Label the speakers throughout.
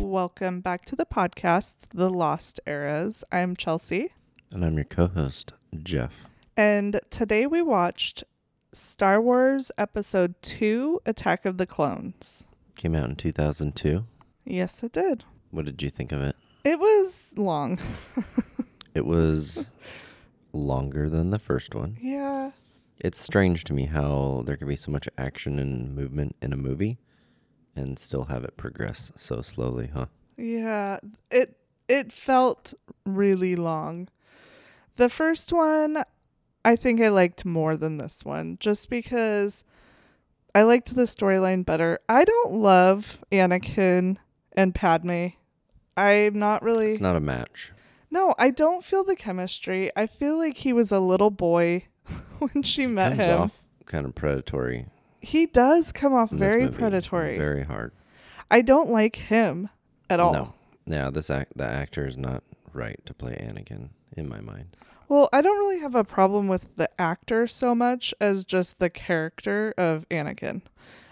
Speaker 1: welcome back to the podcast, The Lost Eras. I'm Chelsea.
Speaker 2: And I'm your co host, Jeff.
Speaker 1: And today we watched Star Wars Episode 2 Attack of the Clones.
Speaker 2: Came out in 2002.
Speaker 1: Yes, it did.
Speaker 2: What did you think of it?
Speaker 1: It was long.
Speaker 2: It was longer than the first one.
Speaker 1: yeah.
Speaker 2: It's strange to me how there could be so much action and movement in a movie and still have it progress so slowly, huh?
Speaker 1: Yeah, it it felt really long. The first one I think I liked more than this one just because I liked the storyline better. I don't love Anakin and Padme. I'm not really
Speaker 2: It's not a match.
Speaker 1: No, I don't feel the chemistry. I feel like he was a little boy when she met
Speaker 2: Comes
Speaker 1: him.
Speaker 2: off kind of predatory.
Speaker 1: He does come off
Speaker 2: in this
Speaker 1: very
Speaker 2: movie.
Speaker 1: predatory.
Speaker 2: Very hard.
Speaker 1: I don't like him at all.
Speaker 2: No. Yeah, this act, the actor is not right to play Anakin in my mind.
Speaker 1: Well, I don't really have a problem with the actor so much as just the character of Anakin.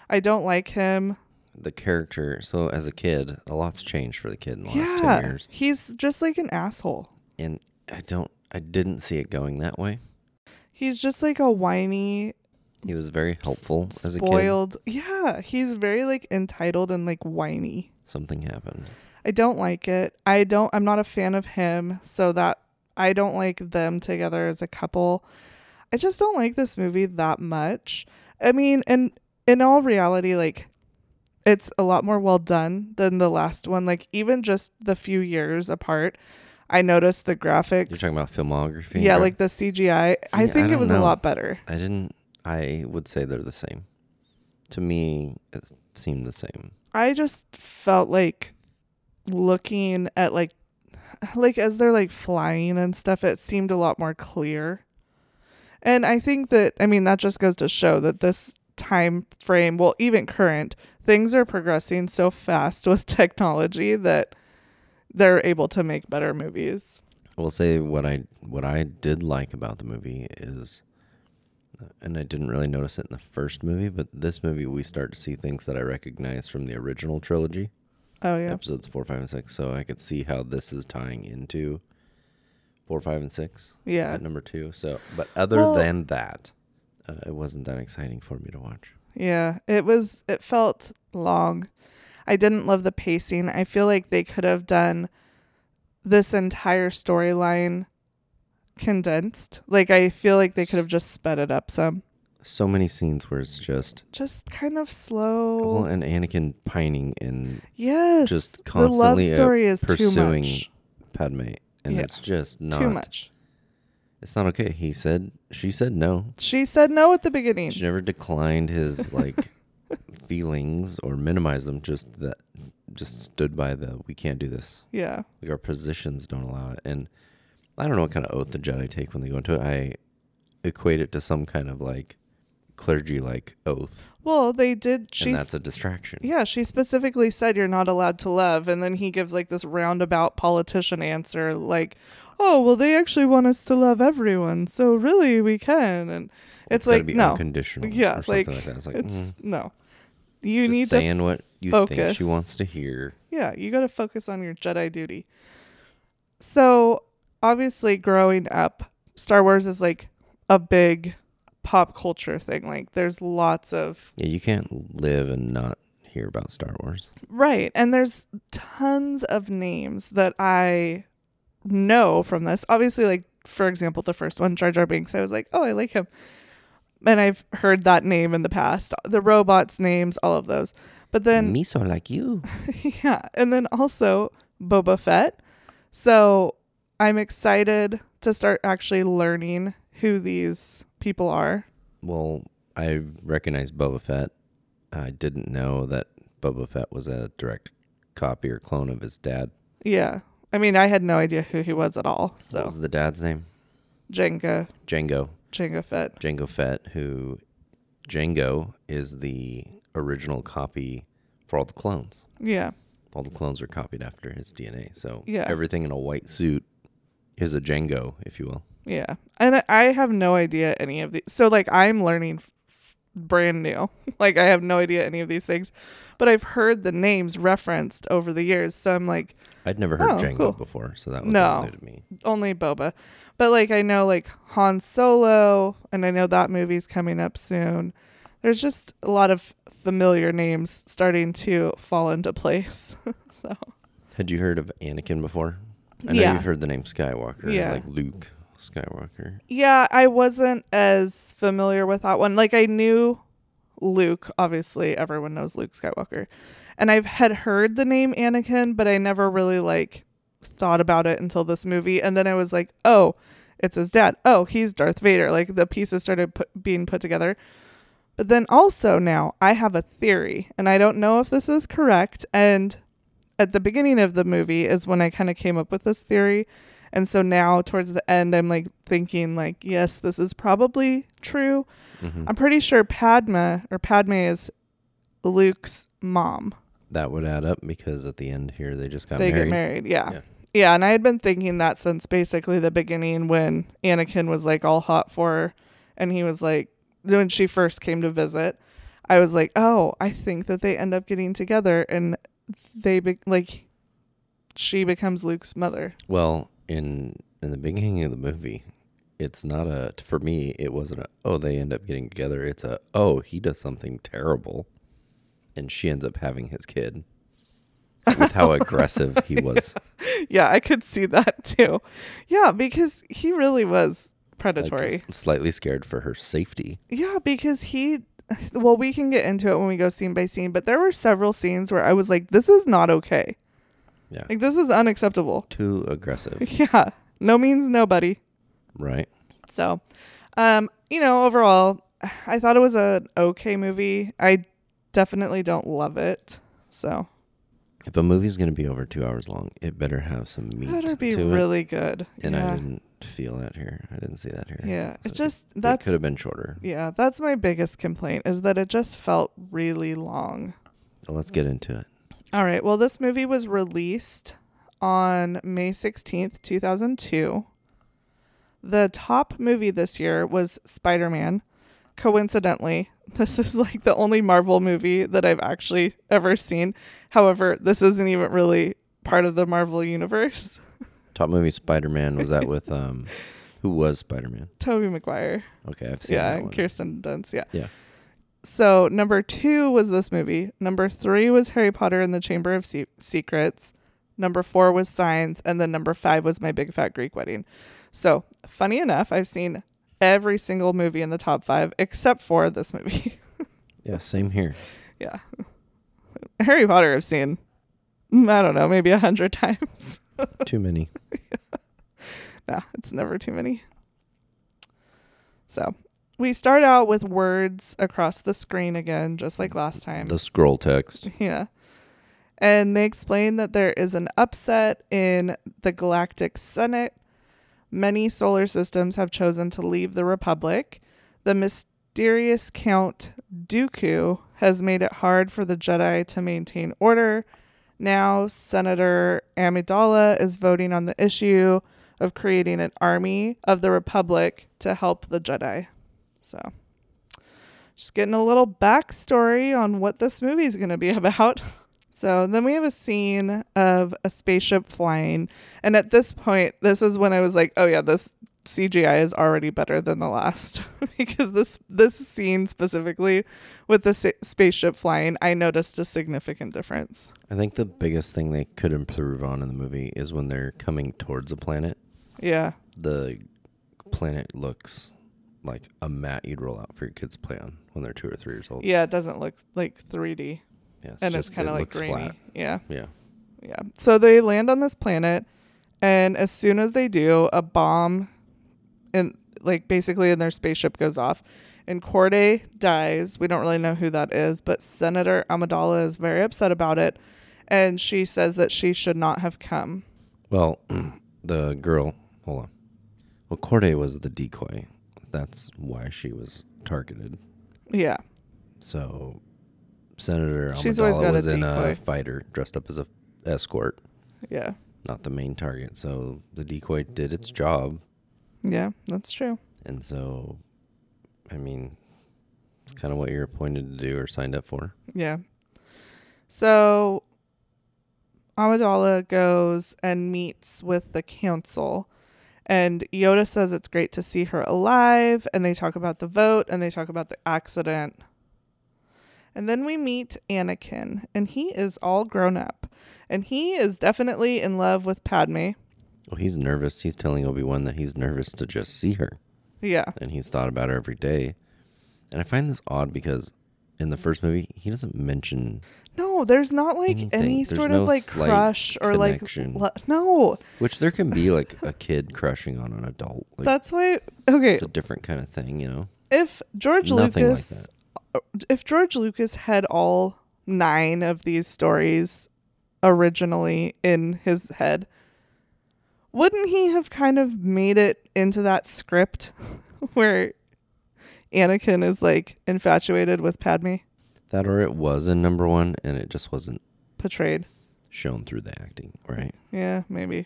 Speaker 1: I don't like him.
Speaker 2: The character, so as a kid, a lot's changed for the kid in the last 10
Speaker 1: yeah.
Speaker 2: years.
Speaker 1: He's just like an asshole.
Speaker 2: and I don't I didn't see it going that way.
Speaker 1: He's just like a whiny,
Speaker 2: He was very helpful as a kid.
Speaker 1: spoiled. Yeah, he's very like entitled and like whiny.
Speaker 2: Something happened.
Speaker 1: I don't like it. I don't I'm not a fan of him, so that I don't like them together as a couple. I just don't like this movie that much. I mean, and in all reality, like it's a lot more well done than the last one. Like even just the few years apart, I noticed the graphics.
Speaker 2: You're talking about filmography.
Speaker 1: yeah,
Speaker 2: right?
Speaker 1: like the CGI. I
Speaker 2: I
Speaker 1: think it
Speaker 2: don't
Speaker 1: was a
Speaker 2: know.
Speaker 1: lot better.
Speaker 2: I didn't I would say they're the same. To me, it seemed the same.
Speaker 1: I just felt like looking at like like as they're like flying and stuff it seemed a lot more clear. And I think that I mean that just goes to show that this time frame, well even current, things are progressing so fast with technology that they're able to make better movies.
Speaker 2: I will say what I what I did like about the movie is and I didn't really notice it in the first movie, but this movie we start to see things that I recognize from the original trilogy.
Speaker 1: Oh yeah.
Speaker 2: Episodes four, five, and six. So I could see how this is tying into four, five, and six.
Speaker 1: Yeah.
Speaker 2: at number two. So, but other
Speaker 1: Well-
Speaker 2: than that, uh, it wasn't that exciting for me to watch.
Speaker 1: Yeah, it was it felt long. I didn't love the pacing. I feel like they could have done this entire storyline condensed. Like I feel like they could have just sped it up some.
Speaker 2: So many scenes where it's just
Speaker 1: Just kind of slow.
Speaker 2: well, and Anakin pining and
Speaker 1: yes.
Speaker 2: just
Speaker 1: the love
Speaker 2: constantly, uh,
Speaker 1: story is too
Speaker 2: pursuing
Speaker 1: much.
Speaker 2: Padme, and
Speaker 1: Yeah.
Speaker 2: it's just not.
Speaker 1: Too much.
Speaker 2: It's not okay. He said. She said no.
Speaker 1: She said no at the beginning.
Speaker 2: She never declined his like feelings or minimized them. Just that. Just stood by the. We can't do this.
Speaker 1: yeah.
Speaker 2: like our positions don't allow it and i don't know what kind of oath the jedi take when they go into it i equate it to some kind of like clergy like oath
Speaker 1: Well, they did she
Speaker 2: and
Speaker 1: s-
Speaker 2: that's a distraction
Speaker 1: Yeah, she specifically said you're not allowed to love. And then he gives like this roundabout politician answer, like, oh, well, they actually want us to love everyone. So really, we can. And it's,
Speaker 2: gotta
Speaker 1: like,
Speaker 2: be
Speaker 1: no.
Speaker 2: unconditional or
Speaker 1: Yeah,
Speaker 2: something
Speaker 1: like,
Speaker 2: like, that it's like
Speaker 1: it's
Speaker 2: mm,
Speaker 1: no. You
Speaker 2: just
Speaker 1: need to,
Speaker 2: saying what you think
Speaker 1: focus.
Speaker 2: she wants to hear
Speaker 1: yeah, you got to focus on your Jedi duty. So obviously, growing up, Star Wars is like a big pop culture thing. Like, there's lots of
Speaker 2: yeah you can't live and not hear about star wars
Speaker 1: Right. And there's tons of names that I know from this. Obviously, like, for example, the first one, Jar Jar Binks, I was like, oh, I like him. And I've heard that name in the past. The robots' names, all of those. But then,
Speaker 2: me so like you
Speaker 1: yeah. And then also Boba Fett. So I'm excited to start actually learning who these people are.
Speaker 2: well i recognize boba fett i didn't know that boba fett was a direct copy or clone of his dad
Speaker 1: Yeah. I mean, I had no idea who he was at all.
Speaker 2: what
Speaker 1: So
Speaker 2: was the dad's name
Speaker 1: Jenga,
Speaker 2: django
Speaker 1: Jenga Fett.
Speaker 2: Django Fett, who Django is the original copy for all the clones.
Speaker 1: Yeah.
Speaker 2: All the clones are copied after his DNA. So
Speaker 1: Yeah.
Speaker 2: everything in a white suit is a Django, if you will.
Speaker 1: Yeah. And I- I have no idea any of these. So, like, I'm learning f- brand new. Like I have no idea any of these things, but I've heard the names referenced over the years. So I'm like
Speaker 2: I'd never heard
Speaker 1: Oh,
Speaker 2: Django
Speaker 1: cool.
Speaker 2: before, so that was
Speaker 1: No.
Speaker 2: all new to me.
Speaker 1: only Boba, but like I know like Han Solo, and I know that movie's coming up soon. There's just a lot of familiar names starting to fall into place. so
Speaker 2: Had you heard of Anakin before? I know
Speaker 1: Yeah.
Speaker 2: you've heard the name Skywalker,
Speaker 1: Yeah.
Speaker 2: like Luke Skywalker.
Speaker 1: yeah, I wasn't as familiar with that one. Like I knew Luke, obviously everyone knows Luke Skywalker, and I've had heard the name Anakin, but I never really like thought about it until this movie, and then I was like, oh, it's his dad. Oh, he's Darth Vader. Like the pieces started put, being put together. But then also now I have a theory, and I don't know if this is correct. And at the beginning of the movie is when I kind of came up with this theory. And so now towards the end, I'm like thinking like, yes, this is probably true.
Speaker 2: hmm
Speaker 1: I'm pretty sure Padma or Padme is Luke's mom.
Speaker 2: That would add up because at the end here they just got
Speaker 1: they
Speaker 2: married.
Speaker 1: get married. Yeah.
Speaker 2: Yeah.
Speaker 1: yeah. And I had been thinking that since basically the beginning when Anakin was like all hot for her and he was like, when she first came to visit, I was like, oh, I think that they end up getting together and they be- like, she becomes Luke's mother.
Speaker 2: Well, in in the beginning of the movie, it's not a for me. It wasn't a oh they end up getting together. It's a oh he does something terrible, and she ends up having his kid. With how aggressive he was,
Speaker 1: yeah, I could see that too. Yeah, because he really was
Speaker 2: like,
Speaker 1: predatory.
Speaker 2: s- slightly scared for her safety.
Speaker 1: Yeah, because he, well, we can get into it when we go scene by scene, but there were several scenes where I was like, this is not okay.
Speaker 2: Yeah.
Speaker 1: Like, this is unacceptable.
Speaker 2: Too aggressive,
Speaker 1: Yeah. No means nobody.
Speaker 2: right?
Speaker 1: So, um, you know, overall, I thought it was an okay movie. I definitely don't love it. So,
Speaker 2: If a movie's gonna be over two hours long, it better have some meat
Speaker 1: better be
Speaker 2: to
Speaker 1: really good.
Speaker 2: it. And
Speaker 1: yeah.
Speaker 2: I didn't feel that here. I didn't see that here.
Speaker 1: yeah. It
Speaker 2: So
Speaker 1: just,
Speaker 2: it
Speaker 1: that's
Speaker 2: could have been shorter.
Speaker 1: Yeah, that's my biggest complaint is that it just felt really long.
Speaker 2: So let's get into it.
Speaker 1: All right. Well, this movie was released on May 16th, 2002. The top movie this year was Spider Man. Coincidentally, this is like the only Marvel movie that I've actually ever seen. However, this isn't even really part of the Marvel universe.
Speaker 2: Top movie Spider Man was that with um, who was Spider Man?
Speaker 1: Tobey Maguire.
Speaker 2: Okay, I've seen
Speaker 1: Yeah,
Speaker 2: that
Speaker 1: and
Speaker 2: one.
Speaker 1: Kirsten Dunst. Yeah.
Speaker 2: Yeah.
Speaker 1: So number two was this movie. Number three was Harry Potter and the Chamber of Se- Secrets. Number four was Signs, and then number five was My Big Fat Greek Wedding. So funny enough, I've seen every single movie in the top five except for this movie.
Speaker 2: Yeah, same here.
Speaker 1: yeah. Harry Potter I've seen. mm, I don't know, maybe a hundred times.
Speaker 2: Too many.
Speaker 1: Nah, it's never too many. So we start out with words across the screen again, just like last time.
Speaker 2: The scroll text.
Speaker 1: Yeah. And they explain that there is an upset in the Galactic Senate. Many solar systems have chosen to leave the Republic. The mysterious Count Dooku has made it hard for the Jedi to maintain order. Now, Senator Amidala is voting on the issue of creating an army of the Republic to help the Jedi. So just getting a little backstory on what this movie is going to be about. So then we have a scene of a spaceship flying. And at this point, this is when I was like, oh, yeah, this CGI is already better than the last. because this, this scene specifically with the sa- spaceship flying, I noticed a significant difference.
Speaker 2: I think the biggest thing they could improve on in the movie is when they're coming towards a planet.
Speaker 1: Yeah.
Speaker 2: The planet looks like a mat you'd roll out for your kids to play on when they're two or three years old.
Speaker 1: Yeah, it doesn't look like 3D.
Speaker 2: Yeah, it's
Speaker 1: and it's
Speaker 2: just-
Speaker 1: kind
Speaker 2: it
Speaker 1: of like
Speaker 2: looks
Speaker 1: grainy. Yeah.
Speaker 2: Yeah.
Speaker 1: Yeah. So they land on this planet, and as soon as they do, a bomb, and like basically in their spaceship goes off, and Corday dies. We don't really know who that is, but Senator Amidala is very upset about it, and she says that she should not have come.
Speaker 2: Well, the girl, hold on. Well, Corday was the decoy. That's why she was targeted.
Speaker 1: Yeah.
Speaker 2: So, Senator
Speaker 1: She's
Speaker 2: Amidala
Speaker 1: always got a
Speaker 2: was in a
Speaker 1: decoy.
Speaker 2: fighter dressed up as a escort,
Speaker 1: Yeah.
Speaker 2: not the main target. So the decoy did its job,
Speaker 1: Yeah. That's true.
Speaker 2: and so, I mean, It's kind of what you're appointed to do or signed up for.
Speaker 1: Yeah. So Amidala goes and meets with the council. And Yoda says it's great to see her alive. And they talk about the vote and they talk about the accident. And then we meet Anakin. And he is all grown up. And he is definitely in love with Padme.
Speaker 2: Well, he's nervous. He's telling Obi Wan that he's nervous to just see her.
Speaker 1: Yeah.
Speaker 2: and he's thought about her every day. And I find this odd because in the first movie, he doesn't mention,
Speaker 1: No, there's not like
Speaker 2: Anything.
Speaker 1: any
Speaker 2: Mm-hmm. There's
Speaker 1: sort
Speaker 2: no
Speaker 1: of like
Speaker 2: slight
Speaker 1: crush or
Speaker 2: connection.
Speaker 1: like. lo- no.
Speaker 2: which there can be like a kid crushing on an adult. Like,
Speaker 1: That's why. Okay.
Speaker 2: it's a different kind of thing, you know?
Speaker 1: if George
Speaker 2: Nothing like
Speaker 1: Lucas, uh, if George Lucas had all nine of these stories originally in his head, wouldn't he have kind of made it into that script where Anakin is like infatuated with Padme,
Speaker 2: That or it was in number one and it just wasn't
Speaker 1: portrayed?
Speaker 2: shown through the acting, right?
Speaker 1: Yeah, maybe.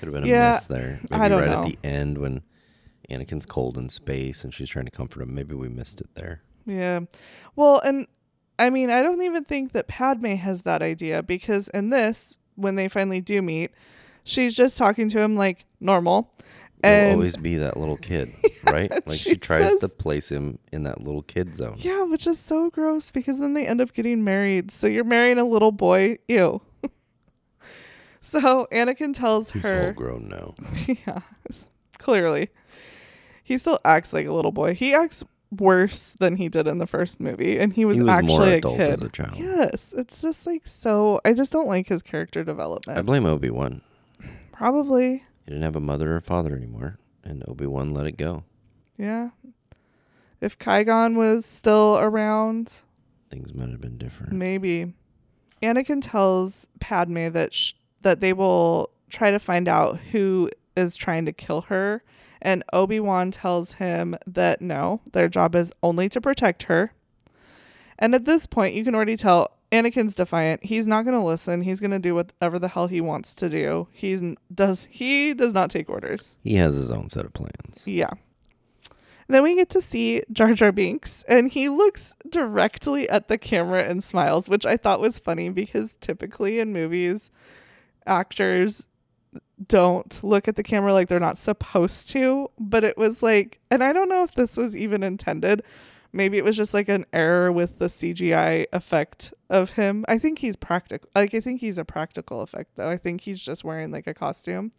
Speaker 2: Could have been a
Speaker 1: Yeah,
Speaker 2: mess there.
Speaker 1: I
Speaker 2: Maybe
Speaker 1: don't
Speaker 2: right
Speaker 1: know.
Speaker 2: at the end when Anakin's cold in space and she's trying to comfort him. Maybe we missed it there.
Speaker 1: Yeah. Well, and I mean, I don't even think that Padme has that idea because in this, when they finally do meet, she's just talking to him like normal.
Speaker 2: It'll
Speaker 1: And
Speaker 2: always be that little kid, right? Like she,
Speaker 1: she
Speaker 2: tries to
Speaker 1: says-
Speaker 2: place him in that little kid zone.
Speaker 1: yeah, which is so gross because then they end up getting married. So you're marrying a little boy. Ew. so Anakin tells
Speaker 2: He's
Speaker 1: her.
Speaker 2: all grown now.
Speaker 1: yeah, clearly. He still acts like a little boy. He acts worse than he did in the first movie, and he was,
Speaker 2: he was
Speaker 1: actually
Speaker 2: more
Speaker 1: a
Speaker 2: adult
Speaker 1: kid.
Speaker 2: as a child.
Speaker 1: Yes, it's just like so. I just don't like his character
Speaker 2: I
Speaker 1: development.
Speaker 2: blame Obi Wan.
Speaker 1: Probably,
Speaker 2: He didn't have a mother or father anymore, and Obi Wan let it go.
Speaker 1: yeah. If Kygon was still around,
Speaker 2: Things might have been different.
Speaker 1: maybe. Anakin tells Padme that sh- that they will try to find out who is trying to kill her, and Obi Wan tells him that no, their job is only to protect her. And at this point, you can already tell Anakin's defiant. He's not going to listen. He's going to do whatever the hell he wants to do. He's n- does he does not take orders.
Speaker 2: He has his own set of plans.
Speaker 1: Yeah. Then we get to see Jar Jar Binks, and he looks directly at the camera and smiles, which I thought was funny because typically in movies, actors don't look at the camera like they're not supposed to. But it was like, and I don't know if this was even intended. Maybe it was just like an error with the CGI effect of him. I think he's practical. Like, I think he's a practical effect, though. I think he's just wearing like a costume.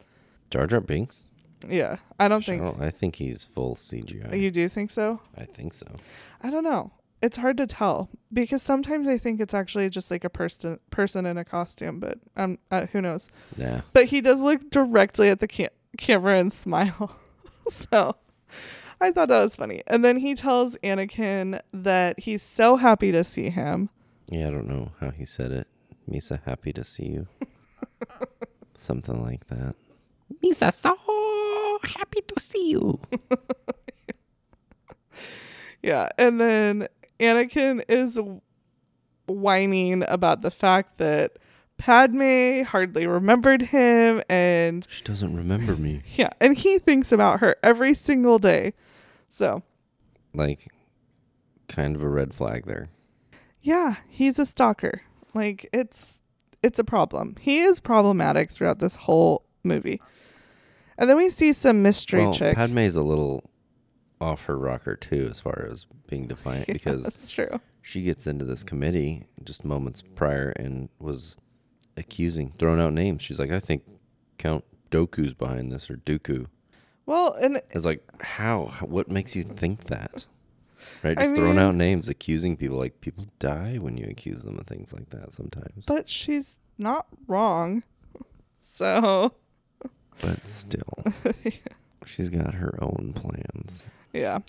Speaker 2: Jar Jar Binks?
Speaker 1: Yeah. I don't think.
Speaker 2: Cheryl, I think he's full CGI.
Speaker 1: You do think so?
Speaker 2: I think so.
Speaker 1: I don't know. It's hard to tell because sometimes I think it's actually just like a person person in a costume, but um, uh, who knows?
Speaker 2: Nah.
Speaker 1: But he does look directly at the ca- camera and smile, so I thought that was funny. And then he tells Anakin that he's so happy to see him.
Speaker 2: Yeah, I don't know how he said it. Misa, happy to see you. Something like that. Misa, so happy to see you.
Speaker 1: Yeah, and then Anakin is whining about the fact that Padme hardly remembered him and
Speaker 2: She doesn't remember me.
Speaker 1: Yeah, and he thinks about her every single day. So,
Speaker 2: Like, kind of a red flag there.
Speaker 1: yeah, he's a stalker. Like it's it's a problem. He is problematic throughout this whole movie. And then we see some mystery
Speaker 2: well,
Speaker 1: chick.
Speaker 2: Padme's a little off her rocker, too, as far as being defiant,
Speaker 1: Yeah,
Speaker 2: because
Speaker 1: that's true.
Speaker 2: she gets into this committee just moments prior and was accusing, throwing out names. She's like, I think Count Doku's behind this or Dooku.
Speaker 1: Well, and
Speaker 2: It's like, how? What makes you think that? Right?
Speaker 1: I
Speaker 2: Just throwing out
Speaker 1: mean-
Speaker 2: names, accusing people. Like, people die when you accuse them of things like that sometimes. But,
Speaker 1: but she's not wrong. So,
Speaker 2: still, she's got her own plans.
Speaker 1: yeah.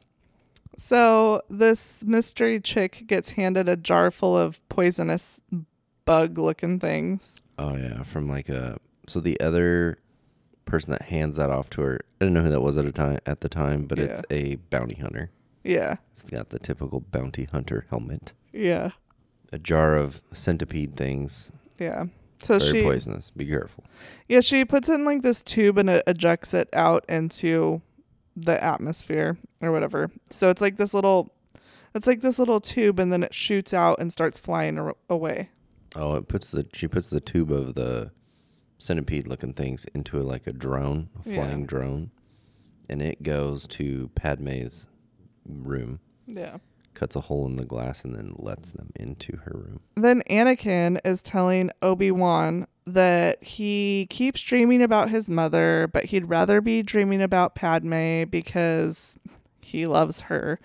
Speaker 1: So, this mystery chick gets handed a jar full of poisonous bug-looking things.
Speaker 2: Oh, yeah. From like a. So the other person that hands that off to her, I didn't know who that was at, a time, at the time, but it's a bounty hunter.
Speaker 1: Yeah.
Speaker 2: It's got the typical bounty hunter helmet,
Speaker 1: Yeah.
Speaker 2: a jar of centipede things,
Speaker 1: Yeah. So
Speaker 2: very
Speaker 1: she
Speaker 2: poisonous. Be careful.
Speaker 1: Yeah, she puts it in like this tube and it ejects it out into the atmosphere or whatever. So it's like this little It's like this little tube, and then it shoots out and starts flying ar- away.
Speaker 2: Oh, it puts the she puts the tube of the centipede looking things into like a drone, a
Speaker 1: Yeah.
Speaker 2: flying drone, and it goes to Padme's room,
Speaker 1: Yeah.
Speaker 2: cuts a hole in the glass, and then lets them into her room.
Speaker 1: Then Anakin is telling Obi Wan that he keeps dreaming about his mother, but he'd rather be dreaming about Padme because he loves her.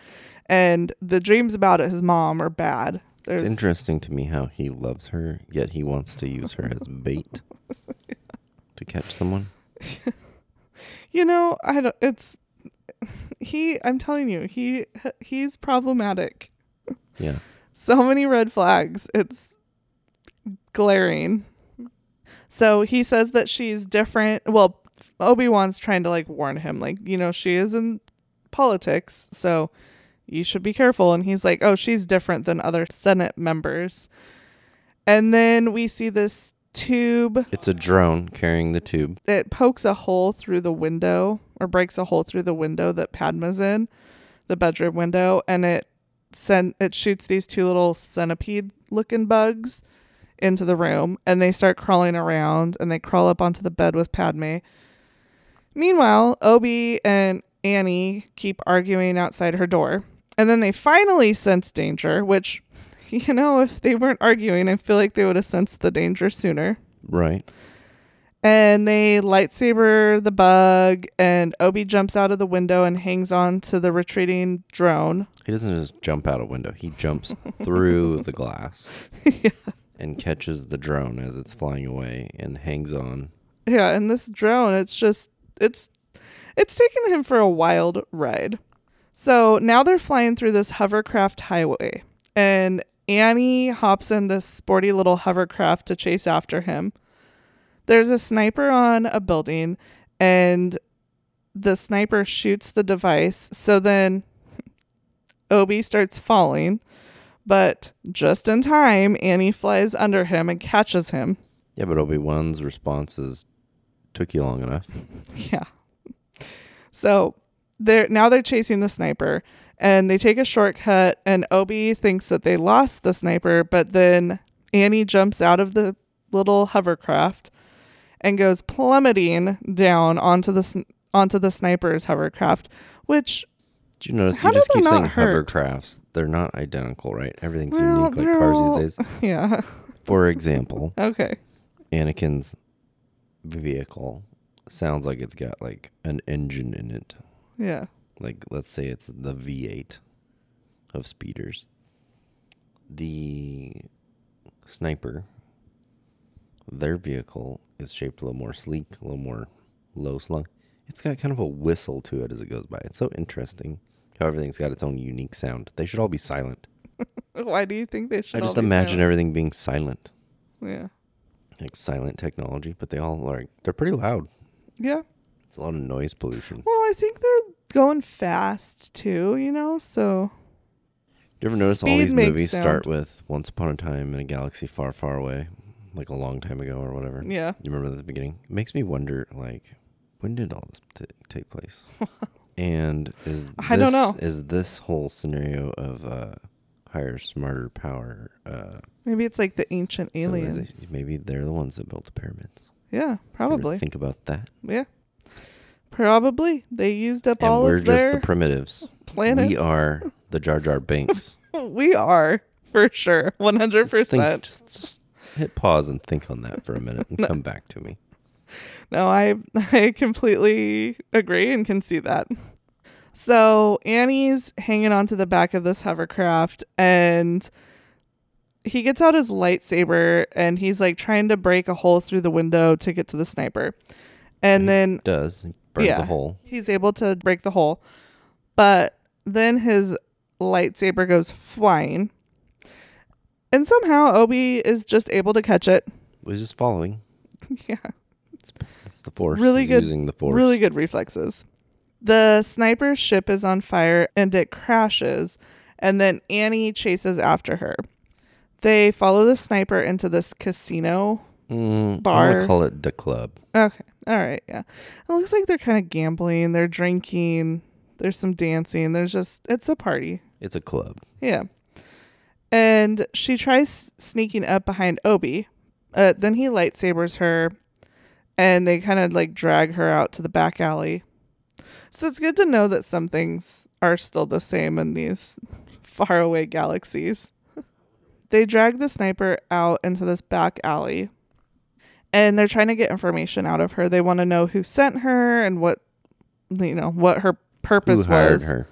Speaker 1: And the dreams about his mom are bad. There's
Speaker 2: It's interesting to me how he loves her, yet he wants to use her as bait to catch someone.
Speaker 1: You know, I don't. It's he. I'm telling you, he he's problematic.
Speaker 2: Yeah.
Speaker 1: So many red flags. It's glaring. So he says that she's different. Well, Obi Wan's trying to like warn him, like you know, she is in politics, so you should be careful. And he's like, oh, she's different than other Senate members. And then we see this tube
Speaker 2: It's a drone carrying the tube.
Speaker 1: it pokes a hole through the window or breaks a hole through the window that Padma's in, the bedroom window, and it send it shoots these two little centipede looking bugs into the room and they start crawling around and they crawl up onto the bed with Padme. Meanwhile, Obi and Annie keep arguing outside her door. And then they finally sense danger, which you know, if they weren't arguing, I feel like they would have sensed the danger sooner
Speaker 2: Right.
Speaker 1: and they lightsaber the bug and obi jumps out of the window and hangs on to the retreating drone
Speaker 2: He doesn't just jump out a window. He jumps through the glass and catches the drone as it's flying away and hangs on.
Speaker 1: yeah and this drone it's just it's it's taken him for a wild ride so now they're flying through this hovercraft highway and annie hops in this sporty little hovercraft to chase after him there's a sniper on a building and the sniper shoots the device so then obi starts falling but just in time annie flies under him and catches him
Speaker 2: Yeah, but Obi Wan's response is took you long enough.
Speaker 1: Yeah. So they're now they're chasing the sniper and they take a shortcut and Obi thinks that they lost the sniper, but then Annie jumps out of the little hovercraft and goes plummeting down onto the sn- onto the sniper's hovercraft, which
Speaker 2: Did you notice
Speaker 1: How
Speaker 2: you
Speaker 1: do
Speaker 2: just
Speaker 1: they
Speaker 2: keep saying
Speaker 1: not hurt?
Speaker 2: hovercrafts? They're not identical, right? Everything's
Speaker 1: Well,
Speaker 2: unique like
Speaker 1: they're
Speaker 2: cars
Speaker 1: all-
Speaker 2: these days.
Speaker 1: yeah,
Speaker 2: For example,
Speaker 1: okay.
Speaker 2: Anakin's vehicle sounds like it's got like an engine in it.
Speaker 1: Yeah.
Speaker 2: like let's say it's the V8 of speeders. The sniper, their vehicle is shaped a little more sleek, a little more low slung. It's got kind of a whistle to it as it goes by. It's so interesting how everything's got its own unique sound. They should all be silent.
Speaker 1: Why do you think they should
Speaker 2: I just
Speaker 1: all be
Speaker 2: imagine
Speaker 1: silent?
Speaker 2: everything being silent,
Speaker 1: Yeah.
Speaker 2: like silent technology, but they all are, they're pretty loud.
Speaker 1: Yeah.
Speaker 2: It's a lot of noise pollution.
Speaker 1: Well, I think they're going fast too, you know, so
Speaker 2: Do you ever notice all
Speaker 1: Speed
Speaker 2: these
Speaker 1: makes
Speaker 2: movies
Speaker 1: sound.
Speaker 2: start with Once Upon a Time in a Galaxy Far, Far Away, like a long time ago or whatever?
Speaker 1: yeah.
Speaker 2: You remember at the beginning? It makes me wonder, like, when did all this t- take place? and is
Speaker 1: I don't
Speaker 2: this-
Speaker 1: know.
Speaker 2: Is this whole scenario of uh, higher, smarter power uh,
Speaker 1: Maybe it's like the ancient
Speaker 2: civilization-
Speaker 1: aliens.
Speaker 2: Maybe they're the ones that built the pyramids.
Speaker 1: Yeah,
Speaker 2: You ever
Speaker 1: probably.
Speaker 2: think about that.
Speaker 1: Yeah. Probably. They used up
Speaker 2: and
Speaker 1: all
Speaker 2: we're
Speaker 1: of their
Speaker 2: just the primitives.
Speaker 1: planet.
Speaker 2: We are the Jar Jar Binks.
Speaker 1: We are, for sure.
Speaker 2: Just think-
Speaker 1: 100%.
Speaker 2: just- just hit pause and think on that for a minute and come back to me.
Speaker 1: No, I I completely agree and can see that. So Annie's hanging onto the back of this hovercraft and he gets out his lightsaber and he's like trying to break a hole through the window to get to the sniper. And
Speaker 2: He
Speaker 1: then
Speaker 2: does He burns
Speaker 1: Yeah.
Speaker 2: a hole.
Speaker 1: he's able to break the hole. But then his lightsaber goes flying. And somehow Obi is just able to catch it.
Speaker 2: Was just following.
Speaker 1: yeah.
Speaker 2: It's the force.
Speaker 1: Really
Speaker 2: He's
Speaker 1: good-
Speaker 2: using the force.
Speaker 1: Really good reflexes. The sniper's ship is on fire and it crashes, and then Annie chases after her. They follow the sniper into this casino.
Speaker 2: Mm, I
Speaker 1: bar.
Speaker 2: would call it the club.
Speaker 1: Okay. All right. Yeah. It looks like they're kind of gambling. They're drinking. There's some dancing. There's just, it's a party.
Speaker 2: It's a club.
Speaker 1: Yeah. And she tries sneaking up behind Obi. Uh, then he lightsabers her and they kind of like drag her out to the back alley. So it's good to know that some things are still the same in these faraway galaxies. they drag the sniper out into this back alley and they're trying to get information out of her. They want to know who sent her and what, you know, what her purpose
Speaker 2: Who hired
Speaker 1: was.
Speaker 2: her?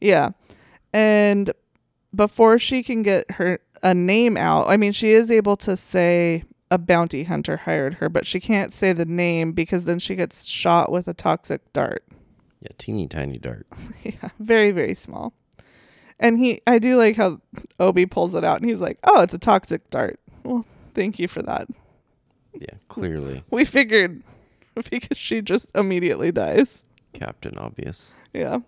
Speaker 1: Yeah. And before she can get her a name out, I mean she is able to say a bounty hunter hired her, but she can't say the name because then she gets shot with a toxic dart.
Speaker 2: Yeah, teeny tiny dart.
Speaker 1: yeah, very very small. And he I do like how Obi pulls it out and he's like, "Oh, it's a toxic dart." Well, thank you for that.
Speaker 2: Yeah, clearly
Speaker 1: We figured because she just immediately dies.
Speaker 2: Captain Obvious.
Speaker 1: Yeah.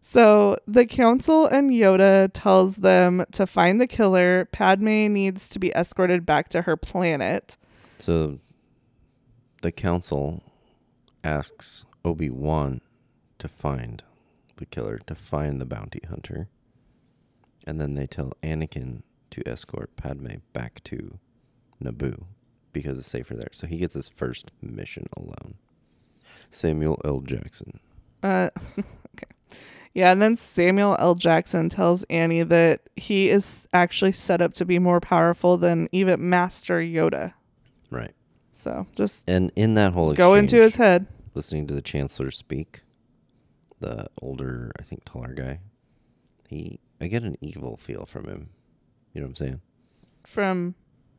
Speaker 1: So the council and Yoda tells them to find the killer. Padme needs to be escorted back to her planet.
Speaker 2: So the council asks Obi Wan to find the killer, to find the bounty hunter. And then they tell Anakin to escort Padme back to Naboo because it's safer there. So he gets his first mission alone. Samuel L. Jackson.
Speaker 1: Uh, okay. Yeah, and then Samuel L. Jackson tells Annie that he is actually set up to be more powerful than even Master Yoda.
Speaker 2: Right.
Speaker 1: So just
Speaker 2: And in that whole
Speaker 1: go into
Speaker 2: exchange-
Speaker 1: his head.
Speaker 2: listening to the chancellor speak the older i think taller guy he i get an evil feel from him you know what i'm saying
Speaker 1: From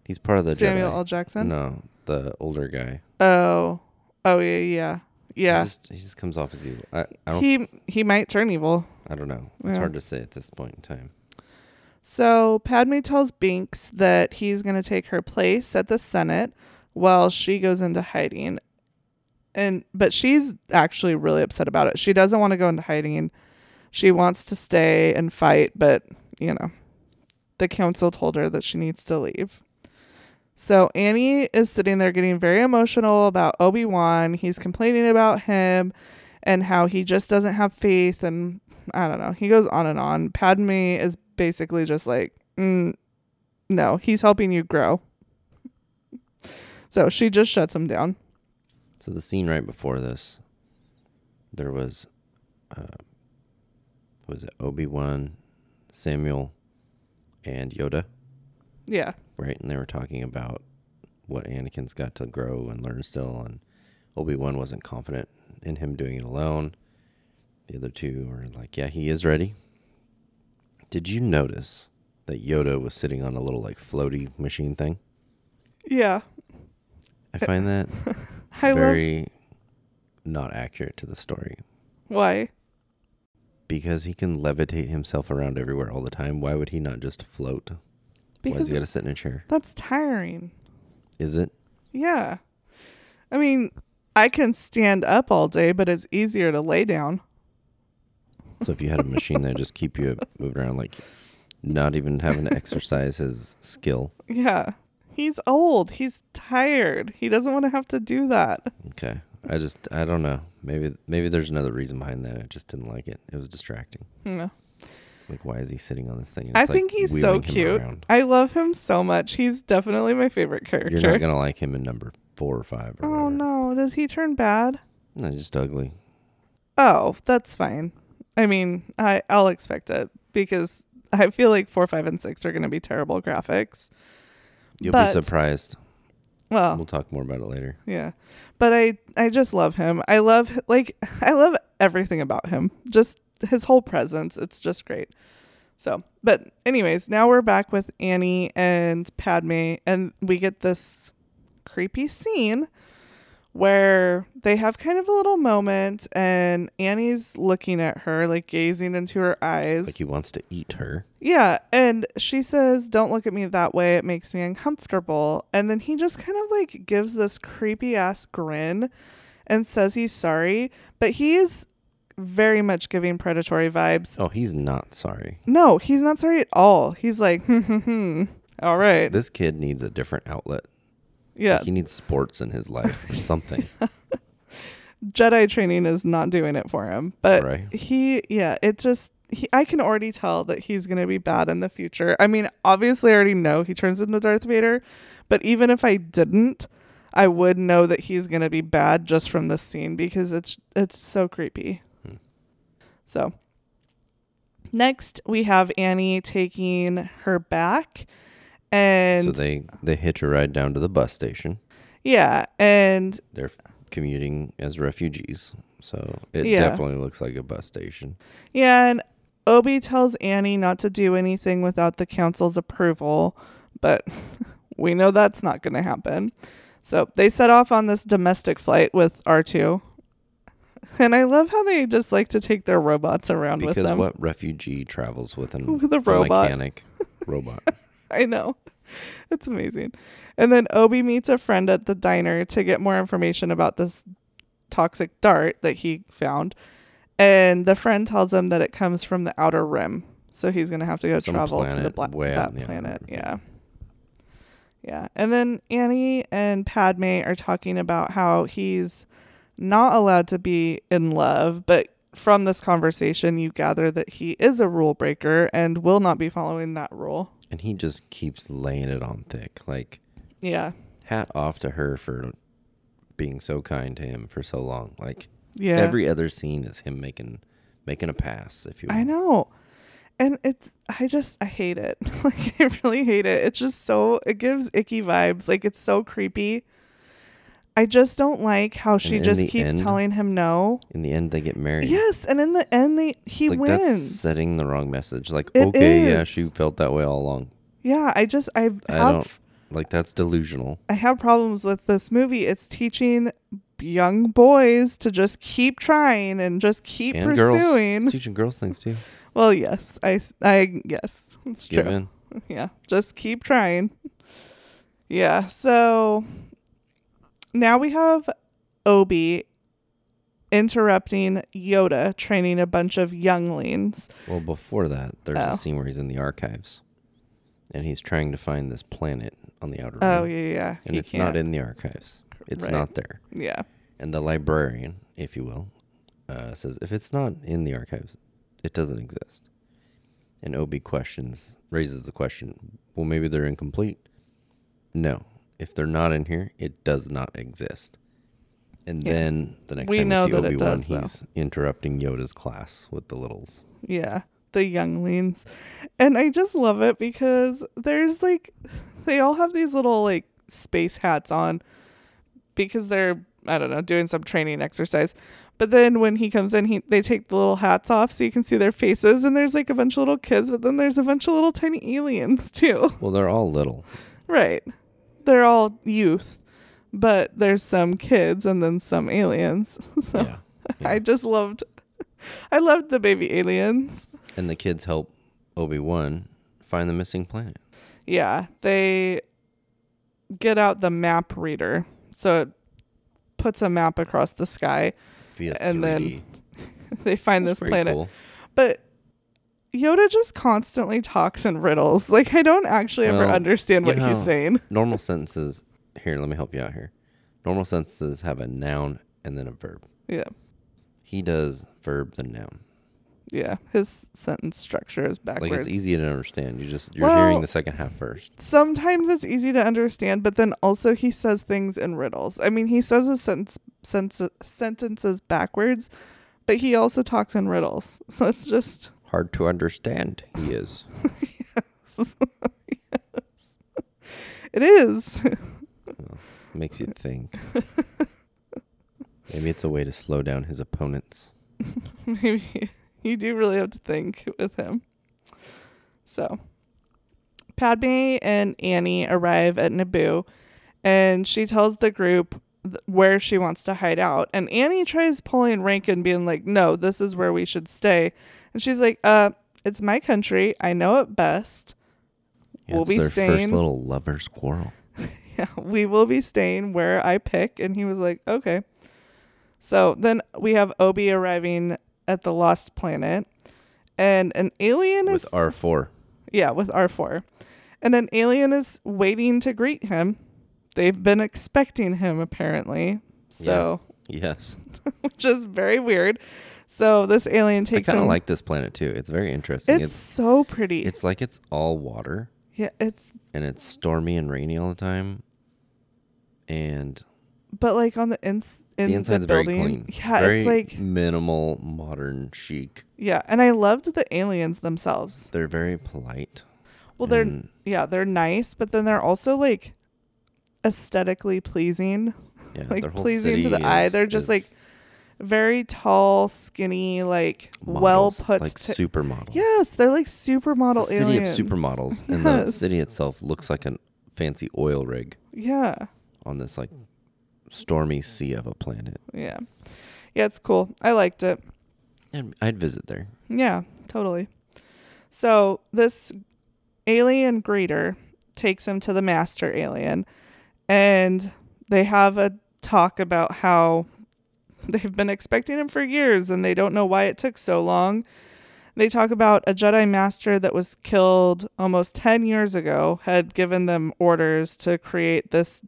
Speaker 2: he's part of the
Speaker 1: Samuel
Speaker 2: Jedi.
Speaker 1: L. Jackson.
Speaker 2: no the older guy
Speaker 1: Oh, oh yeah, yeah,
Speaker 2: he
Speaker 1: yeah.
Speaker 2: just, he just comes off as evil i, I don't
Speaker 1: He he might turn evil.
Speaker 2: i don't know it's
Speaker 1: Yeah.
Speaker 2: hard to say at this point in time
Speaker 1: So Padme tells Binks that he's going to take her place at the Senate while she goes into hiding. And but she's actually really upset about it. She doesn't want to go into hiding. She wants to stay and fight, but you know, the council told her that she needs to leave. So Annie is sitting there getting very emotional about Obi-Wan. He's complaining about him and how he just doesn't have faith and I don't know. He goes on and on. Padme is basically just like, mm, no, he's helping you grow. so she just shuts him down.
Speaker 2: so the scene right before this there was uh who was it obi-wan samuel and yoda
Speaker 1: Yeah.
Speaker 2: right? And they were talking about what Anakin's got to grow and learn still, and Obi Wan wasn't confident in him doing it alone. The other two were like, "Yeah, he is ready." Did you notice that Yoda was sitting on a little like floaty machine thing?
Speaker 1: Yeah.
Speaker 2: I find that
Speaker 1: Uh, I love
Speaker 2: very not accurate to the story
Speaker 1: why.
Speaker 2: because he can levitate himself around everywhere all the time. Why would he not just float? Why does
Speaker 1: Because
Speaker 2: he got to sit in a chair?
Speaker 1: that's tiring.
Speaker 2: Is it?
Speaker 1: Yeah. I mean, I can stand up all day, but it's easier to lay down.
Speaker 2: So if you had a machine that just keep you moving around, like not even having to exercise his skill.
Speaker 1: Yeah. He's old. He's tired. He doesn't want to have to do that.
Speaker 2: Okay, I just I don't know. Maybe maybe there's another reason behind that. I just didn't like it. It was distracting.
Speaker 1: Yeah.
Speaker 2: Like why is he sitting on this thing?
Speaker 1: I
Speaker 2: It's, like,
Speaker 1: think he's so
Speaker 2: wheeling him
Speaker 1: cute.
Speaker 2: around.
Speaker 1: I love him so much. He's definitely my favorite character.
Speaker 2: You're not gonna like him in number four or five. Or
Speaker 1: Oh
Speaker 2: whatever.
Speaker 1: no, does he turn bad?
Speaker 2: no, he's just ugly.
Speaker 1: Oh, that's fine. I mean, I I'll expect it because I feel like 4, 5 and 6 are going to be terrible graphics.
Speaker 2: You'll
Speaker 1: But- Oh.
Speaker 2: be surprised.
Speaker 1: Well,
Speaker 2: We'll talk more about it later.
Speaker 1: yeah. But I I just love him. I love like I love everything about him. Just his whole presence. It's just great. So, but anyways, now we're back with Annie and Padme and we get this creepy scene where they have kind of a little moment and Annie's looking at her like gazing into her eyes.
Speaker 2: Like he wants to eat her.
Speaker 1: Yeah, and she says, "Don't look at me that way. It makes me uncomfortable." And then he just kind of like gives this creepy ass grin and says he's sorry, but he is very much giving predatory vibes.
Speaker 2: Oh, he's not sorry.
Speaker 1: No, he's not sorry at all. He's like, "Hmm, hmm, hmm. All right.
Speaker 2: This kid needs a different outlet.
Speaker 1: Yeah.
Speaker 2: Like, he needs sports in his life or something.
Speaker 1: Jedi training is not doing it for him. But
Speaker 2: Right.
Speaker 1: he yeah, it just he, I can already tell that he's going to be bad in the future. I mean, obviously, I already know he turns into Darth Vader, but even if I didn't, I would know that he's going to be bad just from this scene because it's it's so creepy.
Speaker 2: Hmm.
Speaker 1: So next we have Annie taking her back and
Speaker 2: so they they hitch a ride down to the bus station.
Speaker 1: yeah, and
Speaker 2: They're commuting as refugees, so it
Speaker 1: Yeah.
Speaker 2: definitely looks like a bus station.
Speaker 1: Yeah, and Obi tells Annie not to do anything without the council's approval, but we know that's not going to happen. So they set off on this domestic flight with R2. And I love how they just like to take their robots around with
Speaker 2: Because
Speaker 1: them.
Speaker 2: what refugee travels with an
Speaker 1: With a
Speaker 2: a
Speaker 1: robot.
Speaker 2: mechanic robot?
Speaker 1: I know. It's amazing. And then Obi meets a friend at the diner to get more information about this toxic dart that he found. And the friend tells him that it comes from the outer rim. So he's going to have to go
Speaker 2: Some
Speaker 1: travel to the
Speaker 2: planet
Speaker 1: bla-
Speaker 2: way out
Speaker 1: that
Speaker 2: in the outer
Speaker 1: planet.
Speaker 2: rim.
Speaker 1: Yeah. Yeah. And then Annie and Padme are talking about how he's not allowed to be in love, but from this conversation, you gather that he is a rule breaker and will not be following that rule.
Speaker 2: And he just keeps laying it on thick. Like
Speaker 1: Yeah.
Speaker 2: hat off to her for being so kind to him for so long. Like
Speaker 1: Yeah.
Speaker 2: every other scene is him making making a pass. If you will.
Speaker 1: I know. And it's I just I hate it. like I really hate it. It's just so it gives icky vibes. Like it's so creepy. I just don't like how she
Speaker 2: in
Speaker 1: just
Speaker 2: the
Speaker 1: keeps
Speaker 2: end-
Speaker 1: telling him no.
Speaker 2: In the end, they get married.
Speaker 1: Yes, and in the end they he
Speaker 2: like
Speaker 1: wins.
Speaker 2: that's setting the wrong message. Like
Speaker 1: It
Speaker 2: okay, yeah,
Speaker 1: is.
Speaker 2: she felt that way all along.
Speaker 1: Yeah, I just I have
Speaker 2: I don't like that's delusional.
Speaker 1: I have problems with this movie. It's teaching young boys to just keep trying and just keep
Speaker 2: and
Speaker 1: pursuing.
Speaker 2: girls It's teaching girls things too.
Speaker 1: Well, yes. I s- I yes. It's true.
Speaker 2: Give in.
Speaker 1: yeah just keep trying yeah so now we have obi interrupting yoda training a bunch of younglings
Speaker 2: Well, before that, there's
Speaker 1: Oh.
Speaker 2: a scene where he's in the archives, and he's trying to find this planet on the outer
Speaker 1: oh
Speaker 2: rim,
Speaker 1: yeah yeah
Speaker 2: and
Speaker 1: he
Speaker 2: it's not
Speaker 1: can't.
Speaker 2: in the archives. It's
Speaker 1: Right.
Speaker 2: not there.
Speaker 1: yeah
Speaker 2: And the librarian, if you will, uh, says, if it's not in the archives, it doesn't exist. And Obi questions, raises the question, well, maybe they're incomplete. No, if they're not in here, it does not exist. And
Speaker 1: Yeah.
Speaker 2: then the next
Speaker 1: We
Speaker 2: time
Speaker 1: know
Speaker 2: we see
Speaker 1: that it
Speaker 2: Obi Wan,
Speaker 1: does, though.
Speaker 2: he's interrupting Yoda's class with the littles.
Speaker 1: yeah the younglings and i just love it because there's like they all have these little like space hats on because they're i don't know doing some training exercise but then when he comes in he they take the little hats off so you can see their faces and there's like a bunch of little kids but then there's a bunch of little tiny aliens too
Speaker 2: Well, they're all little.
Speaker 1: right they're all youth but there's some kids and then some aliens so
Speaker 2: Yeah. yeah.
Speaker 1: i just loved i loved the baby aliens
Speaker 2: And the kids help Obi Wan find the missing planet.
Speaker 1: Yeah, they get out the map reader. So it puts a map across the sky.
Speaker 2: Via
Speaker 1: And then
Speaker 2: 3D.
Speaker 1: they find
Speaker 2: That's
Speaker 1: this
Speaker 2: pretty
Speaker 1: planet.
Speaker 2: cool.
Speaker 1: But Yoda just constantly talks in riddles. Like I don't actually ever
Speaker 2: Well,
Speaker 1: understand
Speaker 2: you
Speaker 1: what
Speaker 2: know-
Speaker 1: he's saying.
Speaker 2: normal sentences here let me help you out here normal sentences have a noun and then a verb
Speaker 1: Yeah.
Speaker 2: he does verb then noun
Speaker 1: Yeah. His sentence structure is backwards.
Speaker 2: like it's easy to understand you just you're
Speaker 1: Well-
Speaker 2: hearing the second half first
Speaker 1: Sometimes it's easy to understand, but then also he says things in riddles. I mean, he says his sentence, sentence sentences backwards, but he also talks in riddles. So it's just
Speaker 2: hard to understand he is
Speaker 1: it is.
Speaker 2: makes you think maybe it's a way to slow down his opponents
Speaker 1: Maybe you do really have to think with him. So, Padme and Annie arrive at Naboo, and she tells the group th- where she wants to hide out. And Annie tries pulling Rankin, being like, "No, this is where we should stay." And she's like, "Uh, it's my country. I know it best.
Speaker 2: Yeah,
Speaker 1: We'll
Speaker 2: it's
Speaker 1: be
Speaker 2: their
Speaker 1: staying-
Speaker 2: first little lover's quarrel
Speaker 1: Yeah, we will be staying where I pick." And he was like, "Okay." So then we have Obi arriving at the Lost Planet. And an alien
Speaker 2: with
Speaker 1: is
Speaker 2: r4
Speaker 1: Yeah, with R4. And an alien is waiting to greet him. They've been expecting him, apparently. So,
Speaker 2: yes
Speaker 1: which is very weird. So this alien
Speaker 2: I
Speaker 1: takes
Speaker 2: kind of
Speaker 1: him-
Speaker 2: like this planet too. It's very interesting.
Speaker 1: It's,
Speaker 2: It's,
Speaker 1: so pretty.
Speaker 2: it's like it's all water
Speaker 1: yeah, it's
Speaker 2: and it's
Speaker 1: Mm-hmm.
Speaker 2: stormy and rainy all the time. And
Speaker 1: but like on the ins in
Speaker 2: the inside's
Speaker 1: the
Speaker 2: very
Speaker 1: building.
Speaker 2: clean.
Speaker 1: Yeah,
Speaker 2: Very
Speaker 1: it's like
Speaker 2: minimal, modern, chic.
Speaker 1: yeah, and I loved the aliens themselves.
Speaker 2: They're very polite.
Speaker 1: Well, they're
Speaker 2: and-
Speaker 1: yeah, they're nice, but then they're also like aesthetically pleasing,
Speaker 2: yeah,
Speaker 1: like,
Speaker 2: their whole
Speaker 1: pleasing to the
Speaker 2: city
Speaker 1: eye.
Speaker 2: is-
Speaker 1: They're just,
Speaker 2: is
Speaker 1: like, very tall, skinny, like well
Speaker 2: models,
Speaker 1: put.
Speaker 2: like
Speaker 1: to-
Speaker 2: supermodels.
Speaker 1: yes, they're like
Speaker 2: the
Speaker 1: supermodel
Speaker 2: city
Speaker 1: aliens.
Speaker 2: of supermodels, and the
Speaker 1: Yes.
Speaker 2: city itself looks like a fancy oil rig
Speaker 1: Yeah,
Speaker 2: on this like stormy sea of a planet.
Speaker 1: yeah, yeah. It's cool. I liked it.
Speaker 2: And I'd visit there.
Speaker 1: Yeah, totally. So this alien greeter takes him to the master alien and they have a talk about how they've been expecting him for years and they don't know why it took so long. They talk about a Jedi master that was killed almost 10 years ago had given them orders to create this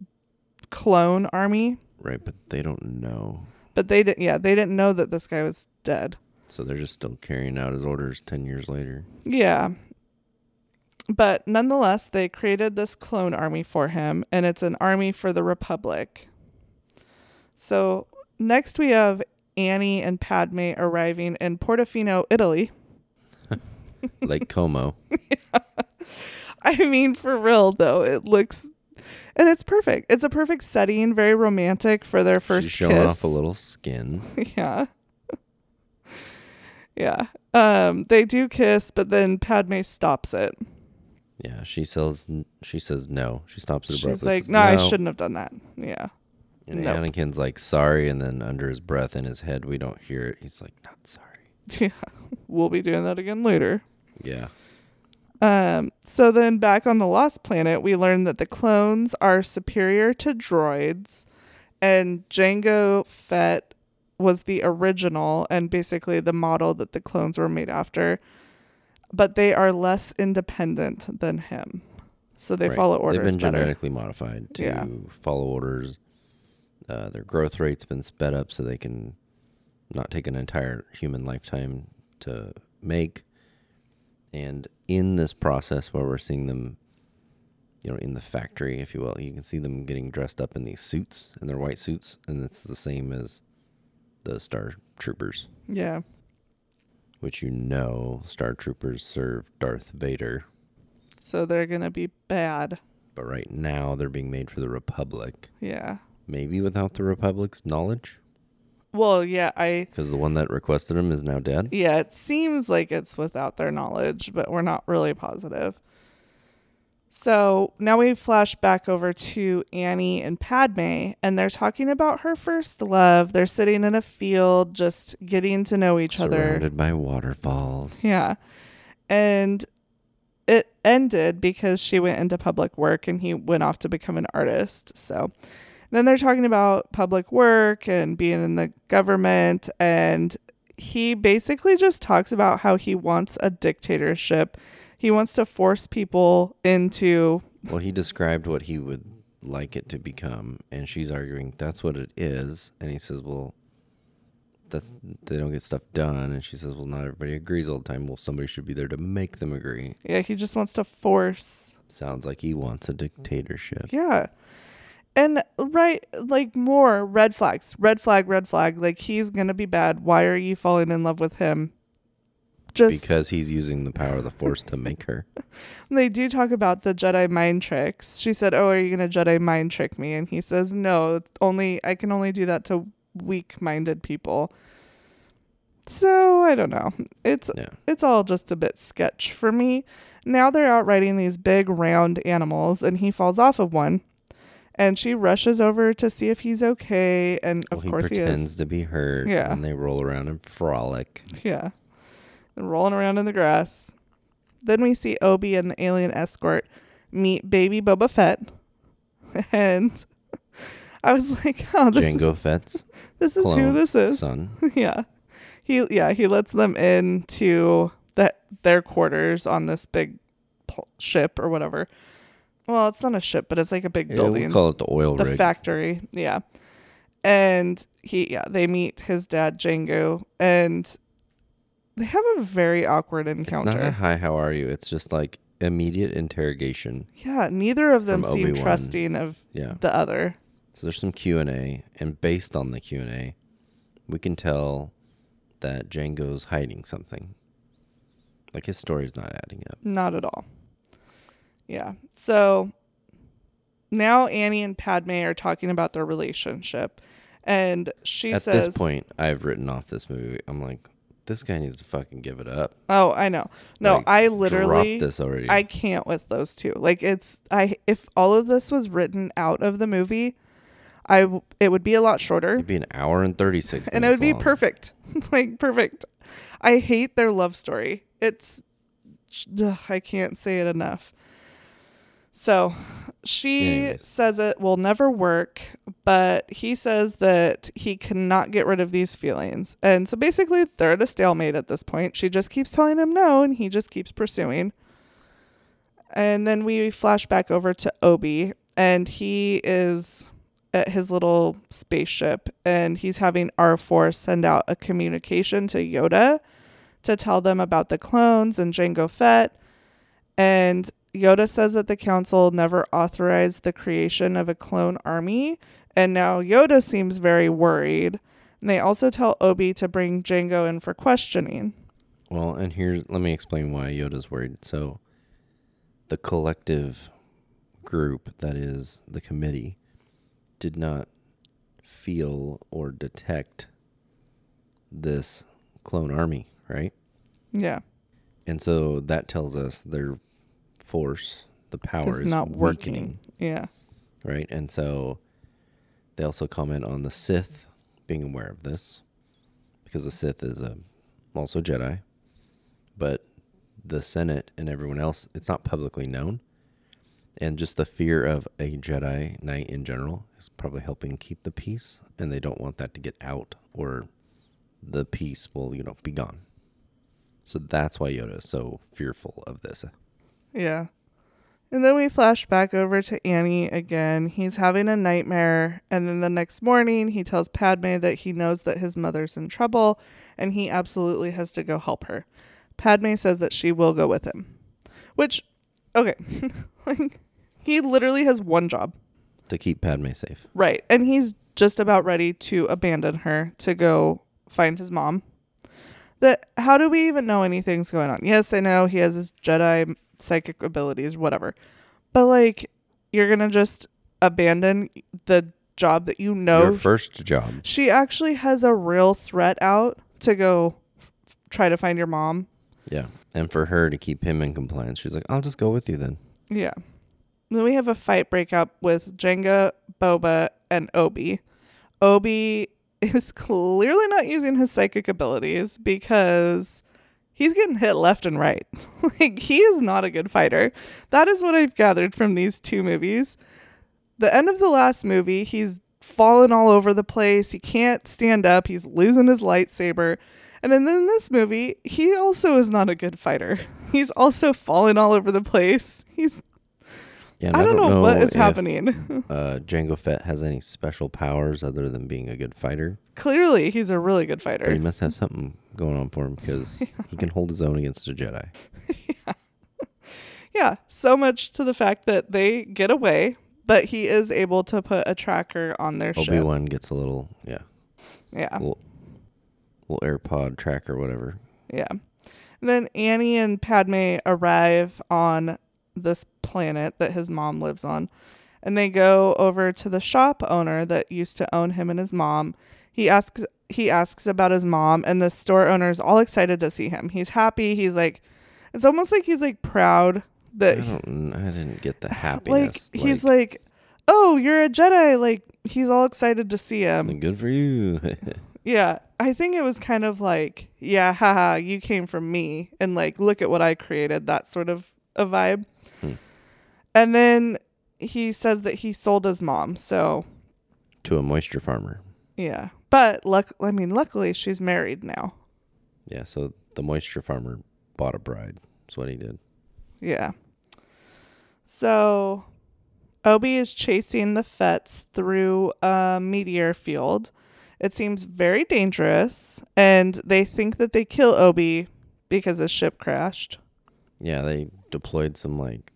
Speaker 1: clone army,
Speaker 2: Right, but they don't know.
Speaker 1: but they didn't yeah, they didn't know that this guy was dead.
Speaker 2: So they're just still carrying out his orders 10 years later.
Speaker 1: Yeah. But nonetheless, they created this clone army for him, and it's an army for the Republic. So next we have Annie and Padme arriving in Portofino, Italy.
Speaker 2: Like Como.
Speaker 1: I mean, for real, though, it looks. And it's perfect. It's a perfect setting, very romantic for their first
Speaker 2: She's showing
Speaker 1: kiss.
Speaker 2: off a little skin.
Speaker 1: yeah. Yeah. Um, they do kiss, but then Padme stops it.
Speaker 2: Yeah, she sells. She says no. She stops it abruptly.
Speaker 1: She's like,
Speaker 2: says,
Speaker 1: no, I shouldn't have done that. Yeah.
Speaker 2: And
Speaker 1: Nope.
Speaker 2: Anakin's like, sorry. And then under his breath in his head, we don't hear it. He's like, not sorry.
Speaker 1: Yeah, we'll be doing that again later.
Speaker 2: Yeah.
Speaker 1: Um, so then back on the Lost Planet, we learn that the clones are superior to droids, and Django Fett was the original and basically the model that the clones were made after, but they are less independent than him. So they
Speaker 2: Right.
Speaker 1: follow orders
Speaker 2: They've been
Speaker 1: better.
Speaker 2: genetically modified to
Speaker 1: Yeah.
Speaker 2: follow orders. Uh, their growth rate's been sped up so they can not take an entire human lifetime to make. And in this process, where we're seeing them, you know, in the factory, if you will, you can see them getting dressed up in these suits, in their white suits, and it's the same as the Star Troopers,
Speaker 1: Yeah.
Speaker 2: which you know, Star Troopers serve Darth Vader,
Speaker 1: So they're gonna be bad.
Speaker 2: but right now they're being made for the Republic.
Speaker 1: Yeah.
Speaker 2: Maybe without the Republic's knowledge?
Speaker 1: Well, yeah, I
Speaker 2: Because the one that requested him is now dead?
Speaker 1: Yeah, it seems like it's without their knowledge, but we're not really positive. So now we flash back over to Annie and Padme, and they're talking about her first love. They're sitting in a field just getting to know each other.
Speaker 2: Surrounded by waterfalls.
Speaker 1: Yeah. And it ended because she went into public work and he went off to become an artist. So then they're talking about public work and being in the government. And he basically just talks about how he wants a dictatorship. He wants to force people into,
Speaker 2: Well, he described what he would like it to become, and she's arguing that's what it is. And he says, Well, that's they don't get stuff done. And she says, Well, not everybody agrees all the time. Well, somebody should be there to make them agree.
Speaker 1: yeah, he just wants to force
Speaker 2: Sounds like he wants a dictatorship.
Speaker 1: Yeah. And right, like more red flags, red flag, red flag. Like he's gonna be bad. Why are you falling in love with him? Just
Speaker 2: Because he's using the power of the force to make her.
Speaker 1: they do talk about the Jedi mind tricks. She said, "Oh, are you gonna Jedi mind trick me?" And he says, "No, only I can only do that to weak-minded people." So I don't know. It's
Speaker 2: Yeah.
Speaker 1: it's all just a bit sketch for me. Now they're out riding these big round animals, and he falls off of one, and she rushes over to see if he's okay, and of
Speaker 2: well, he
Speaker 1: course he
Speaker 2: pretends
Speaker 1: is.
Speaker 2: to be hurt.
Speaker 1: Yeah.
Speaker 2: And they roll around and frolic.
Speaker 1: Yeah, and rolling around in the grass. Then we see Obi and the alien escort meet baby Boba Fett, and I was like, "Oh, this
Speaker 2: Django Fett's
Speaker 1: this is who
Speaker 2: clone
Speaker 1: this is."
Speaker 2: son.
Speaker 1: yeah. He yeah, he lets them into the, their quarters on this big pl- ship or whatever. Well, it's not a ship, but it's like a big
Speaker 2: Yeah,
Speaker 1: building.
Speaker 2: we call it the oil
Speaker 1: the
Speaker 2: rig.
Speaker 1: factory. Yeah. and he yeah they meet his dad Django and they have a very awkward
Speaker 2: It's not a
Speaker 1: encounter.
Speaker 2: hi, how are you? It's just like immediate interrogation.
Speaker 1: yeah, neither of them
Speaker 2: From
Speaker 1: seem
Speaker 2: Obi-Wan.
Speaker 1: trusting of
Speaker 2: Yeah.
Speaker 1: the other.
Speaker 2: So there's some Q and A, and based on the Q and A, we can tell that Django's hiding something. Like his story's not adding up.
Speaker 1: Not at all. Yeah. So now Annie and Padme are talking about their relationship and she
Speaker 2: At
Speaker 1: says
Speaker 2: this point, I've written off this movie. I'm like, this guy needs to fucking give it up.
Speaker 1: Oh, I know. No,
Speaker 2: Like,
Speaker 1: I
Speaker 2: drop
Speaker 1: literally
Speaker 2: this already.
Speaker 1: I can't with those two. Like it's I if all of this was written out of the movie, I w- it would be a lot shorter
Speaker 2: It'd be an hour and thirty six.
Speaker 1: and it would be perfect. like perfect. I hate their love story. It's ugh, I can't say it enough. So, she
Speaker 2: Anyways.
Speaker 1: says it will never work, but he says that he cannot get rid of these feelings. And so basically they're at a stalemate at this point. She just keeps telling him no and he just keeps pursuing. And then we flash back over to Obi, and he is at his little spaceship, and he's having R4 send out a communication to Yoda to tell them about the clones and Jango Fett. And Yoda says that the council never authorized the creation of a clone army, and now Yoda seems very worried. And they also tell Obi to bring Jango in for questioning.
Speaker 2: Well, and here's let me explain why Yoda's worried. So, the collective group that is the committee did not feel or detect this clone army, right?
Speaker 1: Yeah.
Speaker 2: And so that tells us their force, the power
Speaker 1: It's
Speaker 2: is
Speaker 1: not working.
Speaker 2: weakening,
Speaker 1: Yeah.
Speaker 2: right? And so they also comment on the Sith being aware of this because the Sith is a also Jedi, but the Senate and everyone else, it's not publicly known. And just the fear of a Jedi Knight in general is probably helping keep the peace, and they don't want that to get out, or the peace will, you know, be gone. So that's why Yoda is so fearful of this.
Speaker 1: Yeah. And then we flash back over to Annie again. He's having a nightmare. And then the next morning, he tells Padme that he knows that his mother's in trouble and he absolutely has to go help her. Padme says that she will go with him. Which, okay. like, he literally has one job.
Speaker 2: To keep Padme safe.
Speaker 1: Right. And he's just about ready to abandon her to go find his mom. That how do we even know anything's going on? Yes, I know he has his Jedi psychic abilities, whatever. But like you're going to just abandon the job that you
Speaker 2: Your
Speaker 1: know
Speaker 2: first job.
Speaker 1: she actually has a real threat out to go f- try to find your mom.
Speaker 2: Yeah. And for her to keep him in compliance, she's like, I'll just go with you then.
Speaker 1: Yeah. Then we have a fight breakup with Jenga, Boba, and Obi. Obi is clearly not using his psychic abilities because he's getting hit left and right. like, he is not a good fighter. That is what I've gathered from these two movies. The end of the last movie, he's fallen all over the place. He can't stand up. He's losing his lightsaber. And then in this movie, he also is not a good fighter. He's also falling all over the place. He's
Speaker 2: Yeah,
Speaker 1: I don't, know, what is
Speaker 2: if,
Speaker 1: happening.
Speaker 2: Uh, Django Fett has any special powers other than being a good fighter,
Speaker 1: Clearly, he's a really good
Speaker 2: but he
Speaker 1: fighter.
Speaker 2: must have something going on for him because he can hold his own against a Jedi.
Speaker 1: Yeah, so much to the fact that they get away, but he is able to put a tracker on their
Speaker 2: Obi
Speaker 1: ship.
Speaker 2: Wan gets a little, yeah,
Speaker 1: Yeah,
Speaker 2: little, little AirPod tracker, whatever.
Speaker 1: yeah. And then Annie and Padme arrive on this planet that his mom lives on, and they go over to the shop owner that used to own him and his mom. He asks he asks about his mom, and the store owner is all excited to see him. He's happy. He's like, it's almost like he's like proud
Speaker 2: I
Speaker 1: that
Speaker 2: don't, I didn't get the
Speaker 1: like
Speaker 2: happiness.
Speaker 1: he's like oh you're a jedi like he's all excited to see him
Speaker 2: good for you.
Speaker 1: yeah i think it was kind of like yeah haha you came from me and like look at what i created that sort of a vibe
Speaker 2: Hmm.
Speaker 1: and then he says that he sold his mom so
Speaker 2: to a moisture farmer.
Speaker 1: yeah but luck i mean luckily she's married now
Speaker 2: Yeah, so the moisture farmer bought a bride. That's what he did.
Speaker 1: Yeah. So Obi is chasing the Fets through a meteor field. It seems very dangerous, and they think that they kill Obi because his ship crashed.
Speaker 2: Yeah, they deployed some like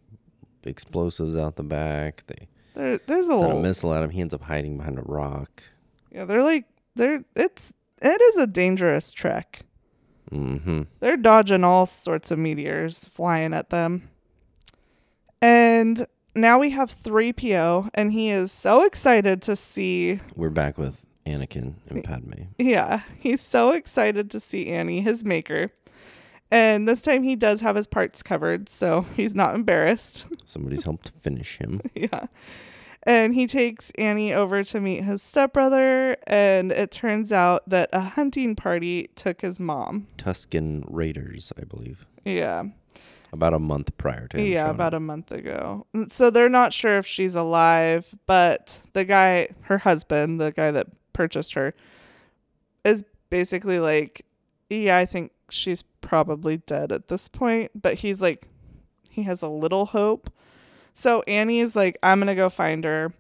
Speaker 2: explosives out the back. They
Speaker 1: There, there's a
Speaker 2: sent
Speaker 1: little,
Speaker 2: a missile at him. He ends up hiding behind a rock.
Speaker 1: yeah. They're like they're it's it is a dangerous trek.
Speaker 2: Mm-hmm.
Speaker 1: They're dodging all sorts of meteors flying at them. And now we have 3PO, and he is so excited to see.
Speaker 2: We're back with Anakin and Padme.
Speaker 1: Yeah, he's so excited to see Annie, his maker. And this time he does have his parts covered, so he's not embarrassed.
Speaker 2: Somebody's helped finish him.
Speaker 1: yeah. And he takes Annie over to meet his stepbrother, and it turns out that a hunting party took his mom.
Speaker 2: Tuscan Raiders, I believe.
Speaker 1: Yeah.
Speaker 2: About a month prior to him.
Speaker 1: yeah, about a month ago. Mm, So they're not sure if she's alive, but the guy, her husband, the guy that purchased her, is basically like, yeah, I think she's probably dead at this point, but he's like, he has a little hope. So Annie is like, I'm going to go find her.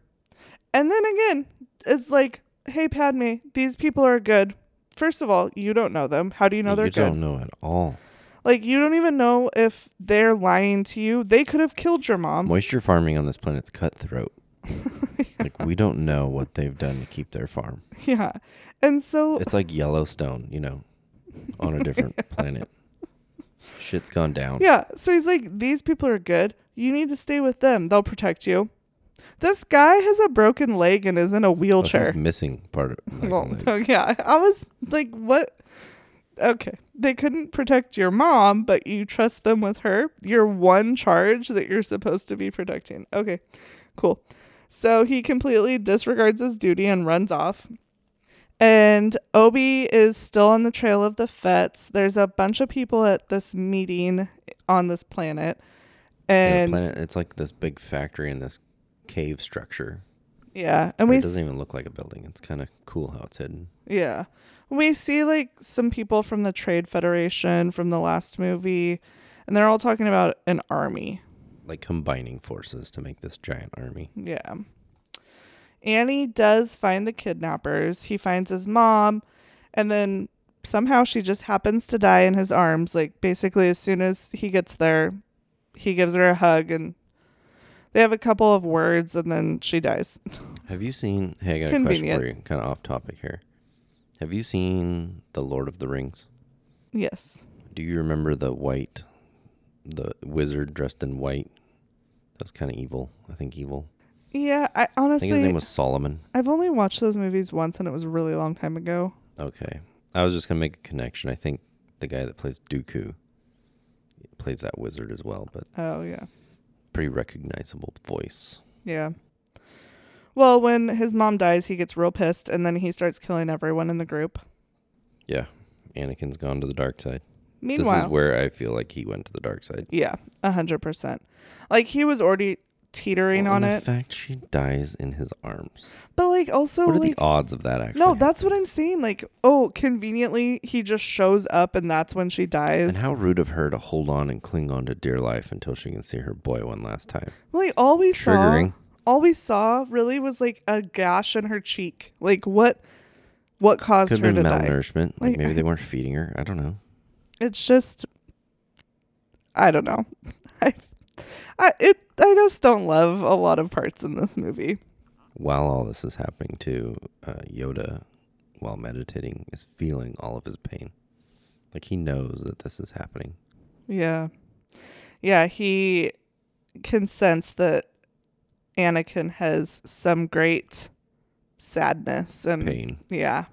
Speaker 1: And then again, it's like, hey, Padme, these people are good. First of all, you don't know them. How do you know they're
Speaker 2: you
Speaker 1: good?
Speaker 2: don't know at all.
Speaker 1: Like you don't even know if they're lying to you. They could have killed your mom.
Speaker 2: Moisture farming on this planet's cutthroat. Like we don't know what they've done to keep their farm.
Speaker 1: Yeah. And so
Speaker 2: It's like Yellowstone, you know, on a different planet. Shit's gone down.
Speaker 1: yeah, so he's like these people are good. You need to stay with them. They'll protect you. This guy has a broken leg and is in a
Speaker 2: Oh, he's
Speaker 1: wheelchair.
Speaker 2: missing part of like,
Speaker 1: well,
Speaker 2: like,
Speaker 1: so, yeah. I was like what? Okay. They couldn't protect your mom, but you trust them with her. Your one charge that you're supposed to be protecting. Okay. Cool. So he completely disregards his duty and runs off. And Obi is still on the trail of the Fets. There's a bunch of people at this meeting on this planet.
Speaker 2: yeah, the
Speaker 1: And yeah,
Speaker 2: planet, it's like this big factory and this cave structure.
Speaker 1: and we
Speaker 2: it
Speaker 1: s-
Speaker 2: doesn't even look like a building. It's kind of cool how it's hidden.
Speaker 1: Yeah. We see like some people from the Trade Federation from the last movie, and they're all talking about an army.
Speaker 2: Like combining forces to make this giant army.
Speaker 1: Yeah. Annie does find the kidnappers. He finds his mom, and then somehow she just happens to die in his arms. Like, basically, as soon as he gets there, he gives her a hug, and they have a couple of words, and then she dies.
Speaker 2: Have you seen? Hey, I got a question for you. Kind of off topic here. Have you seen The Lord of the Rings?
Speaker 1: yes.
Speaker 2: Do you remember the white, the wizard dressed in white? That was kind of evil. I think evil.
Speaker 1: Yeah, I
Speaker 2: I think his name
Speaker 1: honestly,
Speaker 2: was Solomon.
Speaker 1: I've only watched those movies once, and it was a really long time ago.
Speaker 2: Okay. I was just gonna make a connection. I think the guy that plays Dooku plays that wizard as well, but
Speaker 1: Oh, yeah.
Speaker 2: pretty recognizable voice.
Speaker 1: Yeah. Well, when his mom dies, he gets real pissed and then he starts killing everyone in the group.
Speaker 2: Anakin's gone to the dark side. This
Speaker 1: Meanwhile,
Speaker 2: is where I feel like he went to the dark side.
Speaker 1: yeah, a 100%. Like he was already teetering
Speaker 2: Well,
Speaker 1: on
Speaker 2: and
Speaker 1: it.
Speaker 2: The fact she dies in his arms.
Speaker 1: but like also
Speaker 2: what are
Speaker 1: like
Speaker 2: the odds of that actually?
Speaker 1: No, that's
Speaker 2: happening?
Speaker 1: what I'm saying. Like, oh, conveniently he just shows up and that's when she dies.
Speaker 2: And how rude of her to hold on and cling on to dear life until she can see her boy one last time.
Speaker 1: like all we
Speaker 2: Triggering.
Speaker 1: saw all we saw really was like a gash in her cheek. Like what what caused
Speaker 2: Could
Speaker 1: her
Speaker 2: have
Speaker 1: to
Speaker 2: been
Speaker 1: die?
Speaker 2: malnourishment. Like,
Speaker 1: Like,
Speaker 2: maybe
Speaker 1: I-
Speaker 2: they weren't feeding her. I don't know.
Speaker 1: it's just I don't know. I I it I just don't love a lot of parts in this movie.
Speaker 2: While all this is happening to uh, Yoda, while meditating, is feeling all of his pain. Like he knows that this is happening.
Speaker 1: Yeah. Yeah, he can sense that Anakin has some great sadness and
Speaker 2: Pain.
Speaker 1: yeah.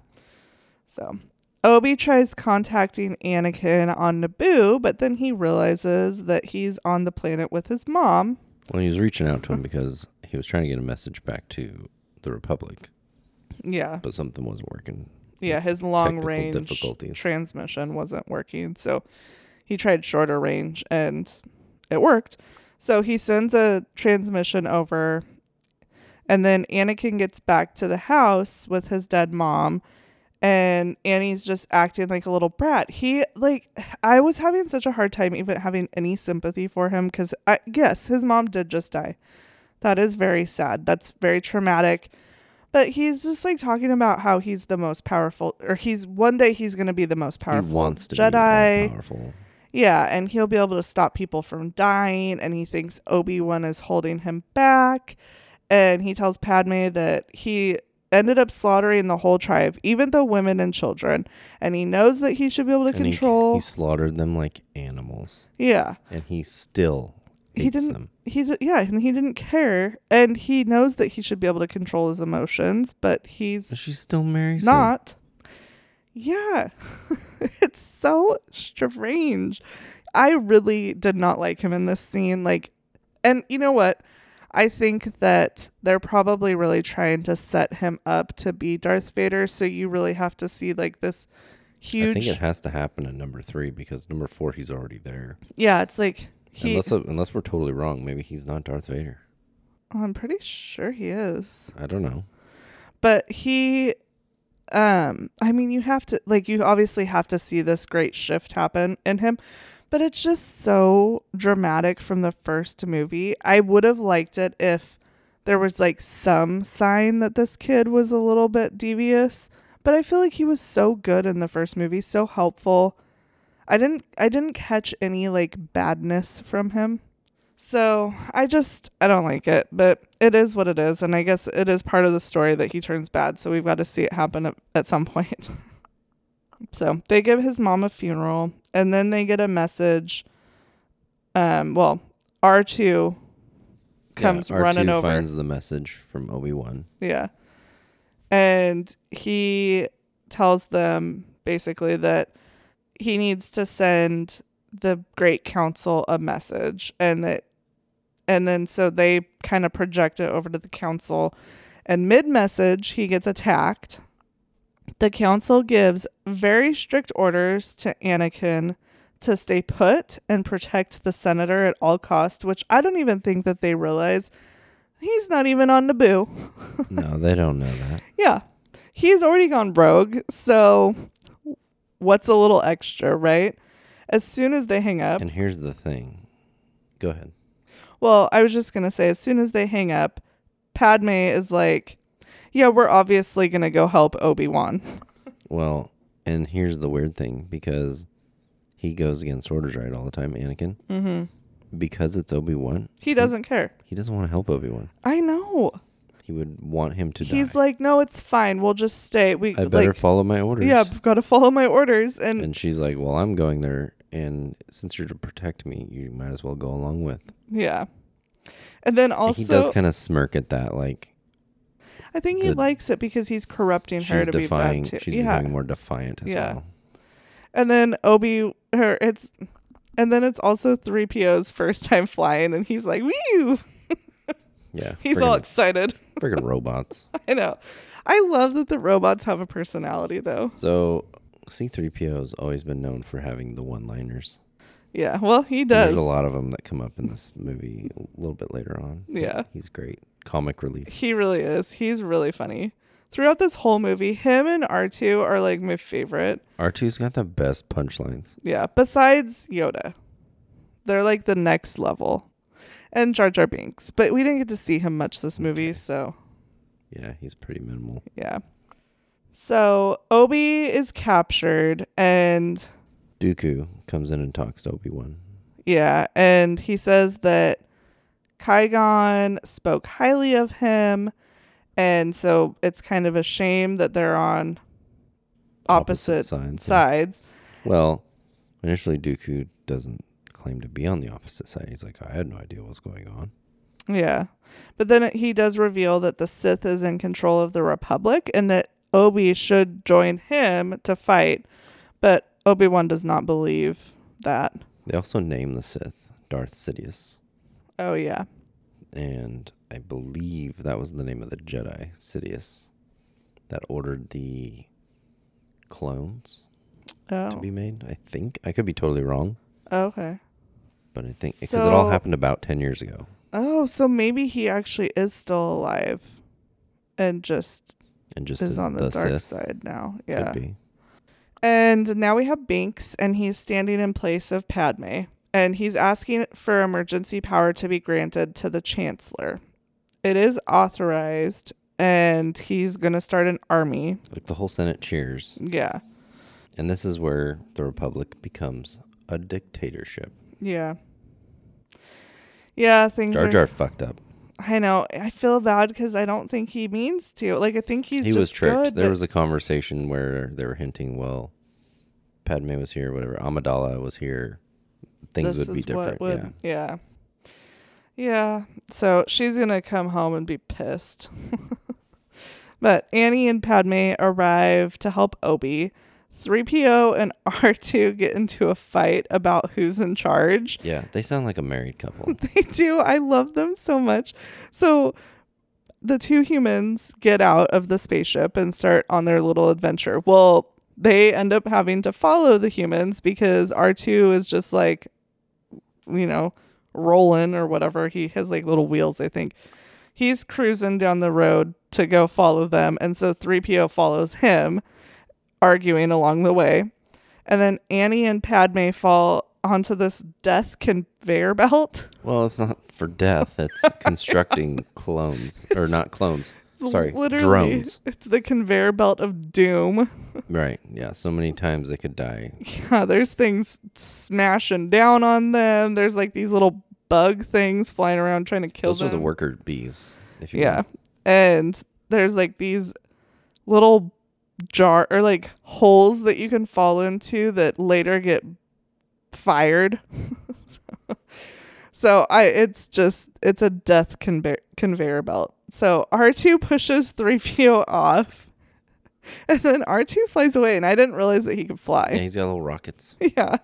Speaker 1: So Obi tries contacting Anakin on Naboo, but then he realizes that he's on the planet with his mom.
Speaker 2: Well, he was reaching out to him because he was trying to get a message back to the Republic,
Speaker 1: Yeah.
Speaker 2: but something wasn't working.
Speaker 1: yeah his long
Speaker 2: technical
Speaker 1: range
Speaker 2: difficulties.
Speaker 1: transmission wasn't working so he tried shorter range and it worked so he sends a transmission over and then anakin gets back to the house with his dead mom and annie's just acting like a little brat he like i was having such a hard time even having any sympathy for him because i yes his mom did just die That is very sad. That's very traumatic. But he's just like talking about how he's the most powerful, or he's one day he's going to be the most powerful
Speaker 2: He wants to
Speaker 1: Jedi.
Speaker 2: be powerful.
Speaker 1: Yeah, and he'll be able to stop people from dying, and he thinks Obi Wan is holding him back. And he tells Padme that he ended up slaughtering the whole tribe, even the women and children. And he knows that he should be able to
Speaker 2: And he-
Speaker 1: control.
Speaker 2: He, slaughtered them like animals,
Speaker 1: yeah,
Speaker 2: and he still hates
Speaker 1: he didn't.
Speaker 2: them.
Speaker 1: He d- yeah, and he didn't care. And he knows that he should be able to control his emotions, but
Speaker 2: But
Speaker 1: he's
Speaker 2: she still marries him.
Speaker 1: not. Yeah, it's so strange. I really did not like him in this scene. Like, and you know what? I think that they're probably really trying to set him up to be Darth Vader. So you really have to see like this
Speaker 2: I think
Speaker 1: huge.
Speaker 2: it has to happen in number three because number four he's already there.
Speaker 1: yeah, it's like he.
Speaker 2: unless uh, unless we're totally wrong, maybe he's not Darth Vader.
Speaker 1: I'm pretty sure he is.
Speaker 2: I don't know.
Speaker 1: but he um i mean you have to like you obviously have to see this great shift happen in him but it's just so dramatic from the first movie i would have liked it if there was like some sign that this kid was a little bit devious but i feel like he was so good in the first movie so helpful i didn't i didn't catch any like badness from him so I just I don't like it, but it is what it is, and I guess it is part of the story that he turns bad. So we've got to see it happen at, at some point. so they give his mom a funeral, and then they get a message. Um, well, R two comes
Speaker 2: yeah, R2
Speaker 1: running over.
Speaker 2: Finds the message from Obi Wan.
Speaker 1: Yeah. And he tells them basically that he needs to send the great council a message and that and then so they kind of project it over to the council and mid message he gets attacked. The council gives very strict orders to Anakin to stay put and protect the senator at all cost, which I don't even think that they realize he's not even on Naboo.
Speaker 2: no, they don't know that.
Speaker 1: Yeah. He's already gone rogue, so what's a little extra, right? As soon as they hang up,
Speaker 2: And here's the thing. Go ahead.
Speaker 1: well, I was just going to say, as soon as they hang up, Padme is like, yeah, we're obviously going to go help Obi Wan.
Speaker 2: Well, and here's the weird thing because he goes against orders right all the time, Anakin.
Speaker 1: Mm-hmm.
Speaker 2: Because it's Obi Wan,
Speaker 1: He doesn't care.
Speaker 2: he doesn't want to help Obi Wan.
Speaker 1: I know.
Speaker 2: He would want him to
Speaker 1: He's
Speaker 2: die.
Speaker 1: like, no, it's fine. We'll just stay. We
Speaker 2: I better
Speaker 1: like,
Speaker 2: follow my orders.
Speaker 1: yeah, got to follow my orders. And,
Speaker 2: And she's like, "Well, I'm going there, and since you're to protect me, you might as well go along with."
Speaker 1: yeah. And then
Speaker 2: And
Speaker 1: also,
Speaker 2: he does kind of smirk at that, like
Speaker 1: I think he
Speaker 2: the-
Speaker 1: likes it because he's corrupting her
Speaker 2: she's
Speaker 1: to be
Speaker 2: defying.
Speaker 1: bad too.
Speaker 2: She's
Speaker 1: yeah.
Speaker 2: becoming more defiant as
Speaker 1: Yeah.
Speaker 2: well.
Speaker 1: And then Obi her it's and then it's also 3PO's first time flying and he's like, "Woo!"
Speaker 2: Yeah,
Speaker 1: He's
Speaker 2: friggin-
Speaker 1: all excited.
Speaker 2: friggin' robots.
Speaker 1: I know. I love that the robots have a personality though.
Speaker 2: So C-3PO has always been known for having the one-liners.
Speaker 1: Yeah. Well, he
Speaker 2: And
Speaker 1: does.
Speaker 2: There's a lot of them that come up in this movie a little bit later on. but
Speaker 1: Yeah.
Speaker 2: he's great. Comic relief.
Speaker 1: He really is. He's really funny. Throughout this whole movie, him and R2 are like my favorite.
Speaker 2: R2's got the best punchlines.
Speaker 1: Yeah, besides Yoda. They're like the next level. And Jar Jar Binks, but we didn't get to see him much this movie,
Speaker 2: Okay.
Speaker 1: so
Speaker 2: Yeah, he's pretty minimal.
Speaker 1: Yeah. So Obi is captured and
Speaker 2: Dooku comes in and talks to Obi Wan.
Speaker 1: yeah, and he says that Kygon spoke highly of him and so it's kind of a shame that they're on opposite,
Speaker 2: sides. yeah.
Speaker 1: sides.
Speaker 2: Well, initially Dooku doesn't claim to be on the opposite side. He's like, I had no idea what was going on.
Speaker 1: Yeah. But then it- he does reveal that the Sith is in control of the Republic and that Obi should join him to fight, but Obi-Wan does not believe that.
Speaker 2: They also name the Sith Darth Sidious,
Speaker 1: Oh yeah.
Speaker 2: and I believe that was the name of the Jedi Sidious that ordered the clones
Speaker 1: Oh.
Speaker 2: to be made. I think I could be totally wrong,
Speaker 1: Okay.
Speaker 2: but I think because it all
Speaker 1: So-
Speaker 2: happened about ten years ago.
Speaker 1: Oh, so maybe he actually is still alive and just
Speaker 2: And just
Speaker 1: is
Speaker 2: as
Speaker 1: on the,
Speaker 2: the
Speaker 1: dark
Speaker 2: Sith
Speaker 1: side now.
Speaker 2: could
Speaker 1: Yeah.
Speaker 2: be.
Speaker 1: And now we have Binks and he's standing in place of Padme and he's asking for emergency power to be granted to the chancellor. It is authorized, and he's going to start an army.
Speaker 2: Like the whole Senate cheers.
Speaker 1: Yeah.
Speaker 2: And this is where the Republic becomes a dictatorship.
Speaker 1: Yeah. Yeah, things
Speaker 2: Jar
Speaker 1: are.
Speaker 2: Jar fucked up.
Speaker 1: I know. I feel bad because I don't think he means to. Like, I think he's
Speaker 2: he
Speaker 1: just
Speaker 2: was tricked.
Speaker 1: good,
Speaker 2: there
Speaker 1: but-
Speaker 2: was a conversation where they were hinting, well, Padme was here, whatever. Amidala was here. Things
Speaker 1: This
Speaker 2: would be
Speaker 1: is what
Speaker 2: different. yeah.
Speaker 1: would- yeah. Yeah. So she's going to come home and be pissed. but Annie and Padme arrive to help Obi. 3PO and R2 get into a fight about who's in charge.
Speaker 2: Yeah. They sound like a married couple.
Speaker 1: They do. I love them so much. So the two humans get out of the spaceship and start on their little adventure. Well, they end up having to follow the humans because R2 is just like, you know, rolling or whatever. He has like little wheels, I think. He's cruising down the road to go follow them. And so 3PO follows him, arguing along the way. And then Annie and Padme fall onto this death conveyor belt.
Speaker 2: well, it's not for death. It's constructing clones. Or not clones.
Speaker 1: It's
Speaker 2: Sorry.
Speaker 1: literally,
Speaker 2: Drones.
Speaker 1: It's the conveyor belt of doom.
Speaker 2: Right. Yeah. So many times they could die.
Speaker 1: Yeah, there's things smashing down on them. There's like these little bug things flying around trying to kill
Speaker 2: Those
Speaker 1: them.
Speaker 2: are the worker bees. If you
Speaker 1: Yeah.
Speaker 2: will.
Speaker 1: And there's like these little jar or like holes that you can fall into that later get fired. So- so I it's just it's a death conve- conveyor belt. So R2 pushes 3PO off. And then R2 flies away and I didn't realize that he could fly.
Speaker 2: Yeah. He's got little rockets.
Speaker 1: Yeah.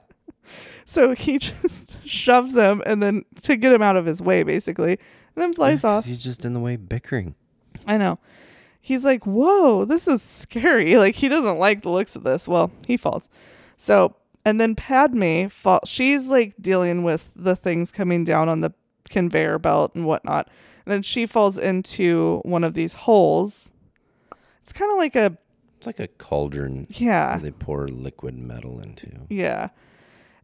Speaker 1: So he just shoves him and then to get him out of his way basically and then flies
Speaker 2: Yeah, 'cause
Speaker 1: off.
Speaker 2: He's just in the way bickering.
Speaker 1: I know. He's like, whoa, this is scary. Like, he doesn't like the looks of this. Well, he falls. So, and then Padme falls. She's like dealing with the things coming down on the conveyor belt and whatnot. And then she falls into one of these holes. It's kind of like a,
Speaker 2: It's like a cauldron
Speaker 1: yeah,
Speaker 2: they pour liquid metal into.
Speaker 1: yeah.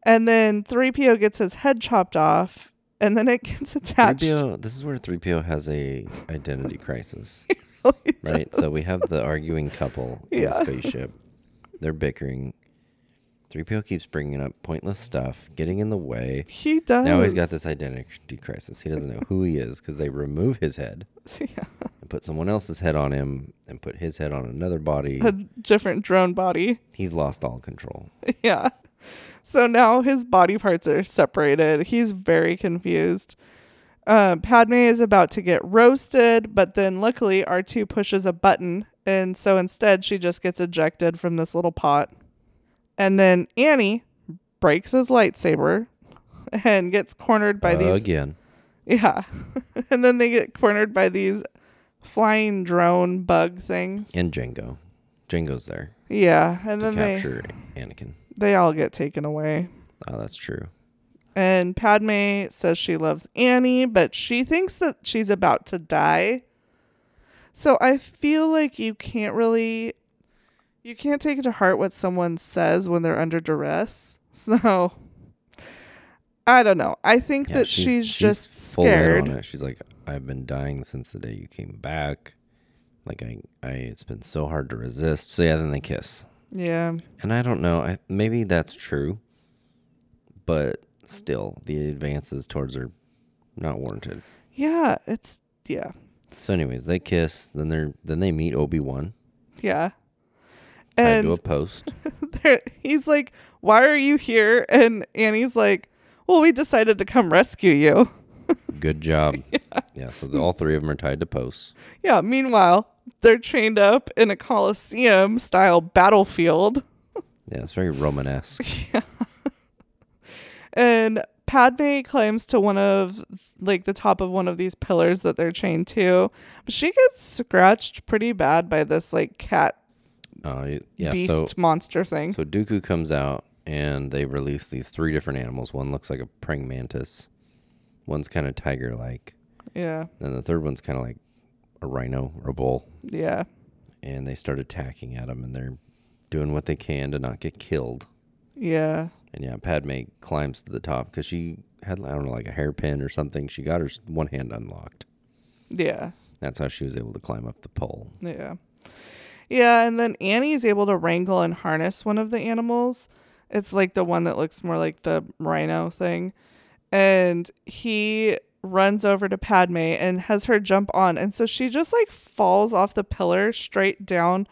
Speaker 1: And then 3PO gets his head chopped off and then it gets attached.
Speaker 2: 3PO, this is where 3PO has a identity crisis,
Speaker 1: Like,
Speaker 2: right? So we have the arguing couple in
Speaker 1: Yeah.
Speaker 2: the spaceship. They're bickering. 3PO keeps bringing up pointless stuff, getting in the way.
Speaker 1: he does.
Speaker 2: Now he's got this identity crisis. He doesn't know who he is because they remove his head
Speaker 1: Yeah.
Speaker 2: and put someone else's head on him and put his head on another body.
Speaker 1: a different drone body.
Speaker 2: He's lost all control.
Speaker 1: yeah. So now his body parts are separated. He's very confused. Uh, Padme is about to get roasted, but then luckily R2 pushes a button. And so instead, she just gets ejected from this little pot. And then Annie breaks his lightsaber and gets cornered by these.
Speaker 2: Again.
Speaker 1: Yeah. and then they get cornered by these flying drone bug things.
Speaker 2: And Django. Django's there
Speaker 1: yeah. And
Speaker 2: to
Speaker 1: then they,
Speaker 2: capture Anakin.
Speaker 1: they all get taken away.
Speaker 2: Oh, that's true.
Speaker 1: And Padme says she loves Annie, but she thinks that she's about to die. So I feel like you can't really you can't take to heart what someone says when they're under duress. So I don't know. I think that she's, just
Speaker 2: full in
Speaker 1: scared.
Speaker 2: on it. She's like, I've been dying since the day you came back. Like I, I, it's been so hard to resist. So yeah, then they kiss,
Speaker 1: Yeah.
Speaker 2: and I don't know. I maybe that's true, but still, the advances towards her not warranted.
Speaker 1: Yeah, it's yeah.
Speaker 2: So, anyways, they kiss. Then they're then they meet Obi Wan
Speaker 1: Yeah.
Speaker 2: tied to
Speaker 1: And
Speaker 2: a post.
Speaker 1: there he's like, "Why are you here?" And Annie's like, "Well, we decided to come rescue you."
Speaker 2: Good job. yeah. So the, all three of them are tied to posts.
Speaker 1: Yeah, meanwhile, they're trained up in a Colosseum style battlefield.
Speaker 2: Yeah, it's very Romanesque.
Speaker 1: And Padme climbs to one of like the top of one of these pillars that they're chained to. But she gets scratched pretty bad by this like cat
Speaker 2: Uh, yeah.
Speaker 1: beast
Speaker 2: So
Speaker 1: monster thing.
Speaker 2: So Dooku comes out and they release these three different animals. One looks like a praying mantis, one's kind of tiger like,
Speaker 1: yeah.
Speaker 2: and the third one's kind of like a rhino or a bull.
Speaker 1: Yeah.
Speaker 2: And they start attacking at him and they're doing what they can to not get killed.
Speaker 1: Yeah.
Speaker 2: And yeah, Padme climbs to the top because she had, I don't know, like a hairpin or something. She got her s- one hand unlocked.
Speaker 1: Yeah.
Speaker 2: That's how she was able to climb up the pole.
Speaker 1: Yeah. Yeah, and then Annie is able to wrangle and harness one of the animals. It's like the one that looks more like the rhino thing. And he runs over to Padme and has her jump on. And so she just like falls off the pillar straight down.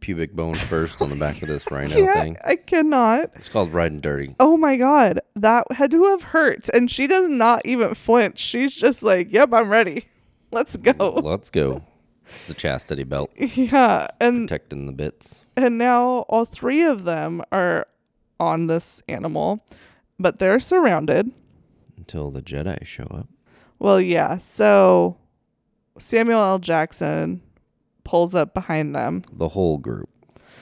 Speaker 2: Pubic bone first on the back of this rhino
Speaker 1: yeah,
Speaker 2: thing.
Speaker 1: I cannot.
Speaker 2: It's called riding dirty.
Speaker 1: Oh my God. That had to have hurt. And she does not even flinch. She's just like, yep, I'm ready. Let's go.
Speaker 2: Let's go. It's the chastity belt
Speaker 1: Yeah. And
Speaker 2: protecting the bits.
Speaker 1: And now all three of them are on this animal, but they're surrounded.
Speaker 2: until the Jedi show up.
Speaker 1: Well, yeah. So Samuel L. Jackson pulls up behind them.
Speaker 2: The whole group,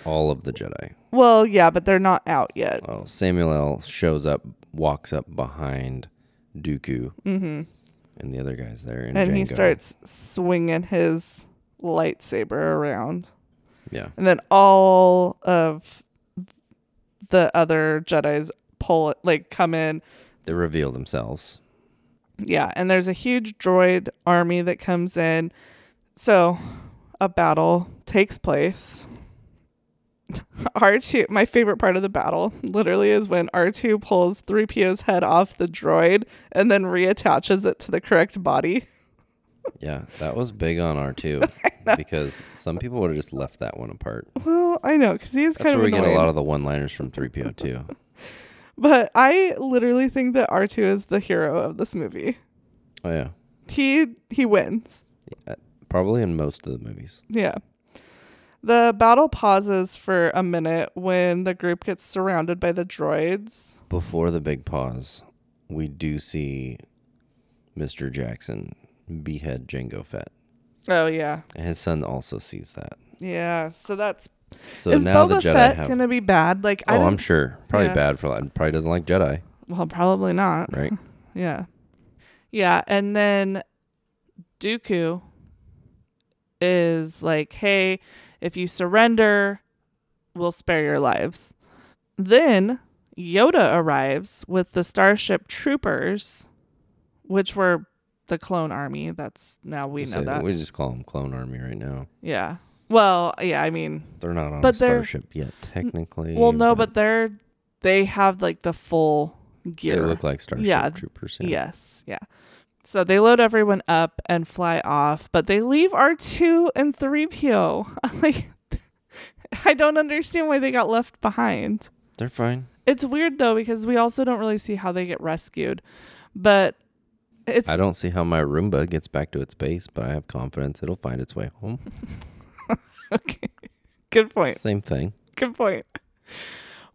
Speaker 2: all of the Jedi.
Speaker 1: Well, yeah, but they're not out yet.
Speaker 2: Oh, Samuel L. shows up, walks up behind Dooku,
Speaker 1: hmm
Speaker 2: and the other guys there, and,
Speaker 1: And he
Speaker 2: Jango.
Speaker 1: starts swinging his lightsaber around.
Speaker 2: Yeah,
Speaker 1: And then all of the other Jedi's pull, like, come in
Speaker 2: they reveal themselves.
Speaker 1: Yeah, and there's a huge droid army that comes in. So a battle takes place. R2, my favorite part of the battle literally is when R2 pulls 3PO's head off the droid and then reattaches it to the correct body.
Speaker 2: Yeah, that was big on R two because some people would have just left that one apart.
Speaker 1: Well, I know, because he's
Speaker 2: That's
Speaker 1: kind
Speaker 2: where
Speaker 1: of
Speaker 2: we
Speaker 1: annoying.
Speaker 2: get a lot of the one liners from three PO too.
Speaker 1: but I literally think that R2 is the hero of this movie.
Speaker 2: Oh yeah,
Speaker 1: He he wins.
Speaker 2: probably in most of the movies.
Speaker 1: Yeah. The battle pauses for a minute when the group gets surrounded by the droids.
Speaker 2: Before the big pause, we do see Mister Jackson behead Jango Fett,
Speaker 1: Oh yeah.
Speaker 2: and his son also sees that.
Speaker 1: Yeah. So that's
Speaker 2: So
Speaker 1: is
Speaker 2: now
Speaker 1: Boba
Speaker 2: the Jedi
Speaker 1: Fett
Speaker 2: have.
Speaker 1: gonna be bad? Like I
Speaker 2: oh, I'm
Speaker 1: don't,
Speaker 2: sure. Probably
Speaker 1: yeah.
Speaker 2: bad for that. Probably doesn't like Jedi,
Speaker 1: well probably not.
Speaker 2: right?
Speaker 1: Yeah. Yeah, and then Dooku is like, "Hey, if you surrender, we'll spare your lives." Then Yoda arrives with the starship troopers, which were the clone army. That's now we
Speaker 2: Just
Speaker 1: know
Speaker 2: say-
Speaker 1: that.
Speaker 2: We just call them Clone Army right now.
Speaker 1: yeah. Well, yeah, I mean,
Speaker 2: They're not on
Speaker 1: But
Speaker 2: a
Speaker 1: they're-
Speaker 2: starship yet, technically.
Speaker 1: well, no, but they're they have like the full
Speaker 2: they
Speaker 1: gear.
Speaker 2: look like starship
Speaker 1: Yeah.
Speaker 2: troopers.
Speaker 1: Yes. Yeah. So they load everyone up and fly off, but they leave R2 and 3PO. like I don't understand why they got left behind.
Speaker 2: They're fine.
Speaker 1: It's weird though because we also don't really see how they get rescued. But it's
Speaker 2: I don't see how my Roomba gets back to its base, but I have confidence it'll find its way home.
Speaker 1: okay. Good point.
Speaker 2: Same thing.
Speaker 1: Good point.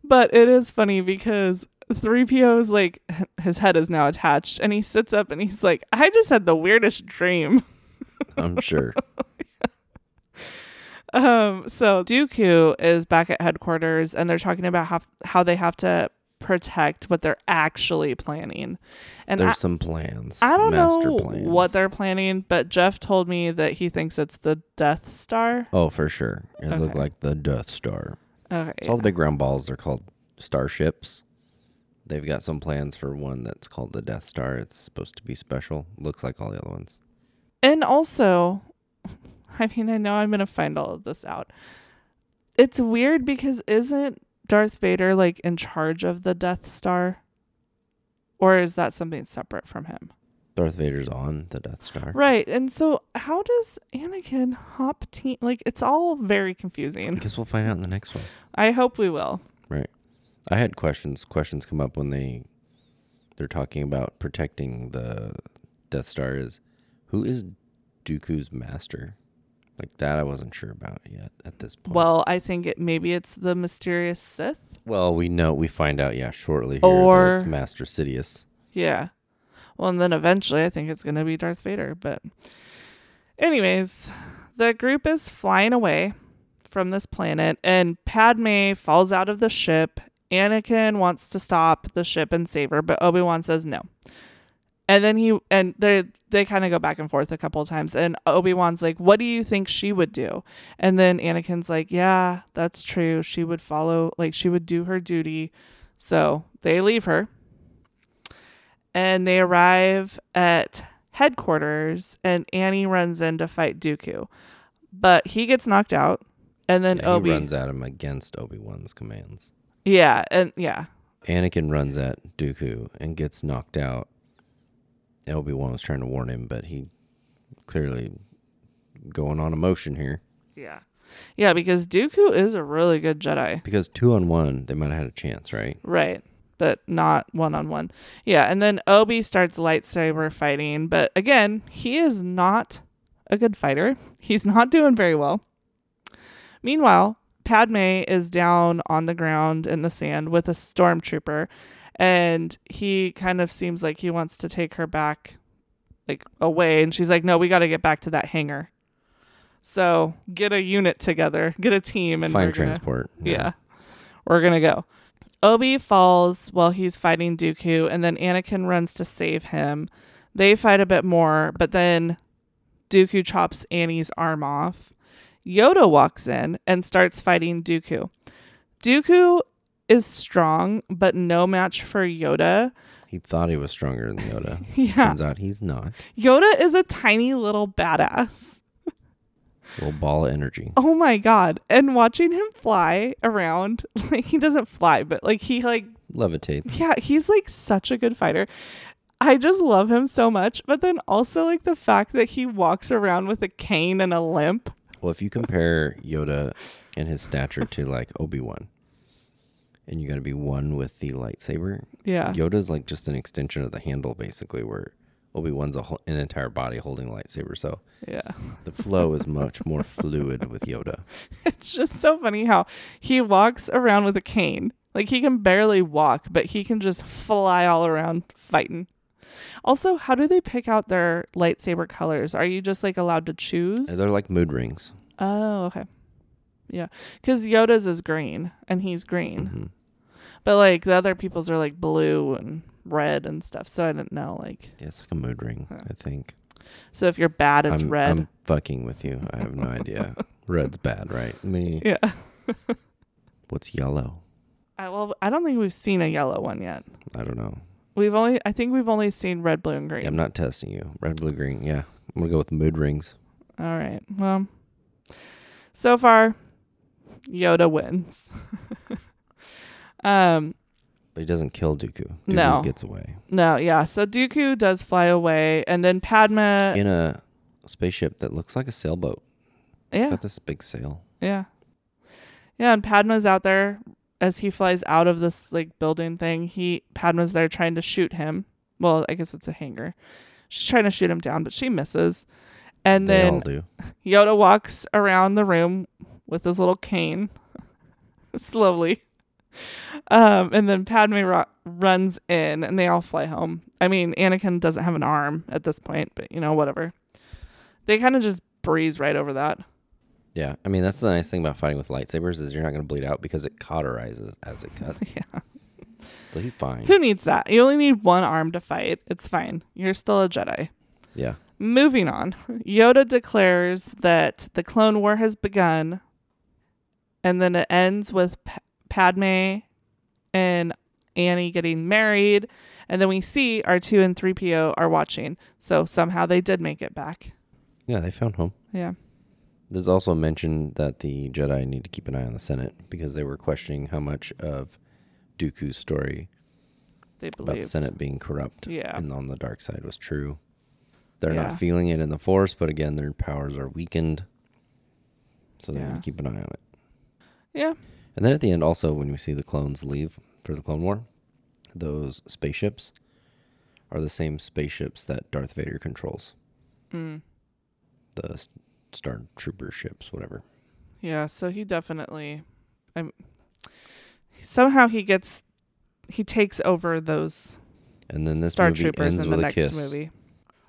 Speaker 1: But it is funny because 3PO is like his head is now attached and he sits up and he's like, "I just had the weirdest dream."
Speaker 2: I'm sure.
Speaker 1: Um, so Dooku is back at headquarters and they're talking about how, how they have to protect what they're actually planning. And
Speaker 2: There's
Speaker 1: I,
Speaker 2: some plans.
Speaker 1: I don't
Speaker 2: master
Speaker 1: know
Speaker 2: plans.
Speaker 1: what they're planning, but Jeff told me that he thinks it's the Death Star.
Speaker 2: Oh, for sure. It looked
Speaker 1: Okay.
Speaker 2: like the Death Star.
Speaker 1: Okay.
Speaker 2: All the big round balls they are called starships. They've got some plans for one that's called the Death Star. It's supposed to be special. Looks like all the other ones.
Speaker 1: And also, I mean, I know I'm going to find all of this out. It's weird because isn't Darth Vader like in charge of the Death Star? Or is that something separate from him?
Speaker 2: Darth Vader's on the Death Star.
Speaker 1: Right. And so how does Anakin hop team like it's all very
Speaker 2: I
Speaker 1: confusing.
Speaker 2: guess we'll find out in the next one.
Speaker 1: I hope we will.
Speaker 2: I had questions. Questions come up when they they're talking about protecting the Death Star. Is who is Dooku's master? Like that, I wasn't sure about yet at this point.
Speaker 1: Well, I think it maybe it's the mysterious Sith.
Speaker 2: well, we know we find out. Yeah, shortly here
Speaker 1: Or-
Speaker 2: that it's Master Sidious.
Speaker 1: Yeah. Well, and then eventually I think it's going to be Darth Vader, but anyways, the group is flying away from this planet and Padme falls out of the ship. Anakin wants to stop the ship and save her, but Obi-Wan says no. And then he and they they kind of go back and forth a couple of times and Obi-Wan's like, "What do you think she would do?" And then Anakin's like, "Yeah, that's true. She would follow like she would do her duty." So, they leave her and they arrive at headquarters, and Annie runs in to fight Dooku, but he gets knocked out, and then
Speaker 2: Yeah,
Speaker 1: Obi,
Speaker 2: he runs at him against Obi Wan's commands.
Speaker 1: yeah, and yeah,
Speaker 2: Anakin runs at Dooku and gets knocked out. Obi Wan was trying to warn him, but he clearly going on emotion here
Speaker 1: yeah, yeah, because Dooku is a really good Jedi,
Speaker 2: because two on one they might have had a chance, right?
Speaker 1: right? But not one on one, yeah. And then Obi starts lightsaber fighting, but again, he is not a good fighter. He's not doing very well. Meanwhile, Padme is down on the ground in the sand with a stormtrooper, and he kind of seems like he wants to take her back, like away. And she's like, "No, we got to get back to that hangar." So get a unit together, get a team, and
Speaker 2: Fine
Speaker 1: we're gonna-
Speaker 2: transport.
Speaker 1: yeah, we're gonna go. Obi falls while he's fighting Dooku, and then Anakin runs to save him. They fight a bit more, but then Dooku chops Annie's arm off. Yoda walks in and starts fighting Dooku. Dooku is strong, but no match for Yoda.
Speaker 2: He thought he was stronger than Yoda.
Speaker 1: Yeah.
Speaker 2: Turns out he's not.
Speaker 1: Yoda is a tiny little badass.
Speaker 2: Little ball of energy.
Speaker 1: Oh my god. And watching him fly around, like he doesn't fly, but like he like
Speaker 2: Levitates.
Speaker 1: yeah, he's like such a good fighter. I just love him so much, but then also like the fact that he walks around with a cane and a limp.
Speaker 2: Well, if you compare Yoda and his stature to like Obi Wan, and you got to be one with the lightsaber,
Speaker 1: Yeah.
Speaker 2: Yoda's like just an extension of the handle, basically, where Obi Wan's a whole, an entire body holding a lightsaber. So
Speaker 1: Yeah.
Speaker 2: the flow is much more fluid with Yoda.
Speaker 1: It's just so funny how he walks around with a cane. Like he can barely walk, but he can just fly all around fighting. Also, how do they pick out their lightsaber colors? Are you just like allowed to choose?
Speaker 2: And they're like mood rings.
Speaker 1: Oh, okay. Yeah. Because Yoda's is green and he's green.
Speaker 2: Mhm.
Speaker 1: But like the other people's are like blue and red and stuff. So I didn't know. Like,
Speaker 2: Yeah, it's like a mood ring, I think.
Speaker 1: so if you're bad, it's
Speaker 2: I'm,
Speaker 1: red.
Speaker 2: I'm fucking with you. I have no idea. Red's bad, right? Me.
Speaker 1: yeah.
Speaker 2: What's yellow?
Speaker 1: I, well, I don't think we've seen a yellow one yet.
Speaker 2: I don't know.
Speaker 1: We've only, I think we've only seen red, blue, and green.
Speaker 2: Yeah, I'm not testing you. Red, blue, green. Yeah. I'm going to go with mood rings.
Speaker 1: All right. Well, so far, Yoda wins. um,
Speaker 2: But he doesn't kill Dooku. Dooku
Speaker 1: No.
Speaker 2: gets away.
Speaker 1: no, yeah. So Dooku does fly away, and then Padma.
Speaker 2: In a spaceship that looks like a sailboat. It's
Speaker 1: yeah.
Speaker 2: got this big sail.
Speaker 1: Yeah. Yeah, and Padma's out there as he flies out of this like building thing. He Padma's there trying to shoot him. Well, I guess it's a hangar. She's trying to shoot him down, but she misses. And
Speaker 2: they all
Speaker 1: then
Speaker 2: do.
Speaker 1: Yoda walks around the room with his little cane slowly. Um, and then Padme ro- runs in and they all fly home. I mean, Anakin doesn't have an arm at this point, but you know, whatever. They kind of just breeze right over that.
Speaker 2: Yeah. I mean, that's the nice thing about fighting with lightsabers is you're not going to bleed out because it cauterizes as it cuts.
Speaker 1: Yeah.
Speaker 2: So he's fine.
Speaker 1: Who needs that? You only need one arm to fight. It's fine. You're still a Jedi.
Speaker 2: Yeah.
Speaker 1: Moving on, Yoda declares that the Clone War has begun, and then it ends with P- Padme and Annie getting married, and then we see R2 and 3PO are watching. So somehow they did make it back.
Speaker 2: Yeah, they found home.
Speaker 1: Yeah.
Speaker 2: There's also mention that the Jedi need to keep an eye on the Senate because they were questioning how much of Dooku's story
Speaker 1: They
Speaker 2: about
Speaker 1: believed.
Speaker 2: the Senate being corrupt
Speaker 1: Yeah.
Speaker 2: and on the dark side was true. They're
Speaker 1: Yeah.
Speaker 2: not feeling it in the Force, but again, their powers are weakened. So they need
Speaker 1: Yeah.
Speaker 2: to keep an eye on it.
Speaker 1: Yeah.
Speaker 2: And then at the end, also, when we see the clones leave for the Clone War, those spaceships are the same spaceships that Darth Vader controls
Speaker 1: Mm.
Speaker 2: the s- Star Trooper ships, whatever.
Speaker 1: Yeah. So he definitely, I'm, somehow he gets, he takes over those
Speaker 2: And then this
Speaker 1: Star
Speaker 2: movie
Speaker 1: Troopers
Speaker 2: ends
Speaker 1: in the
Speaker 2: with a
Speaker 1: next
Speaker 2: kiss.
Speaker 1: movie.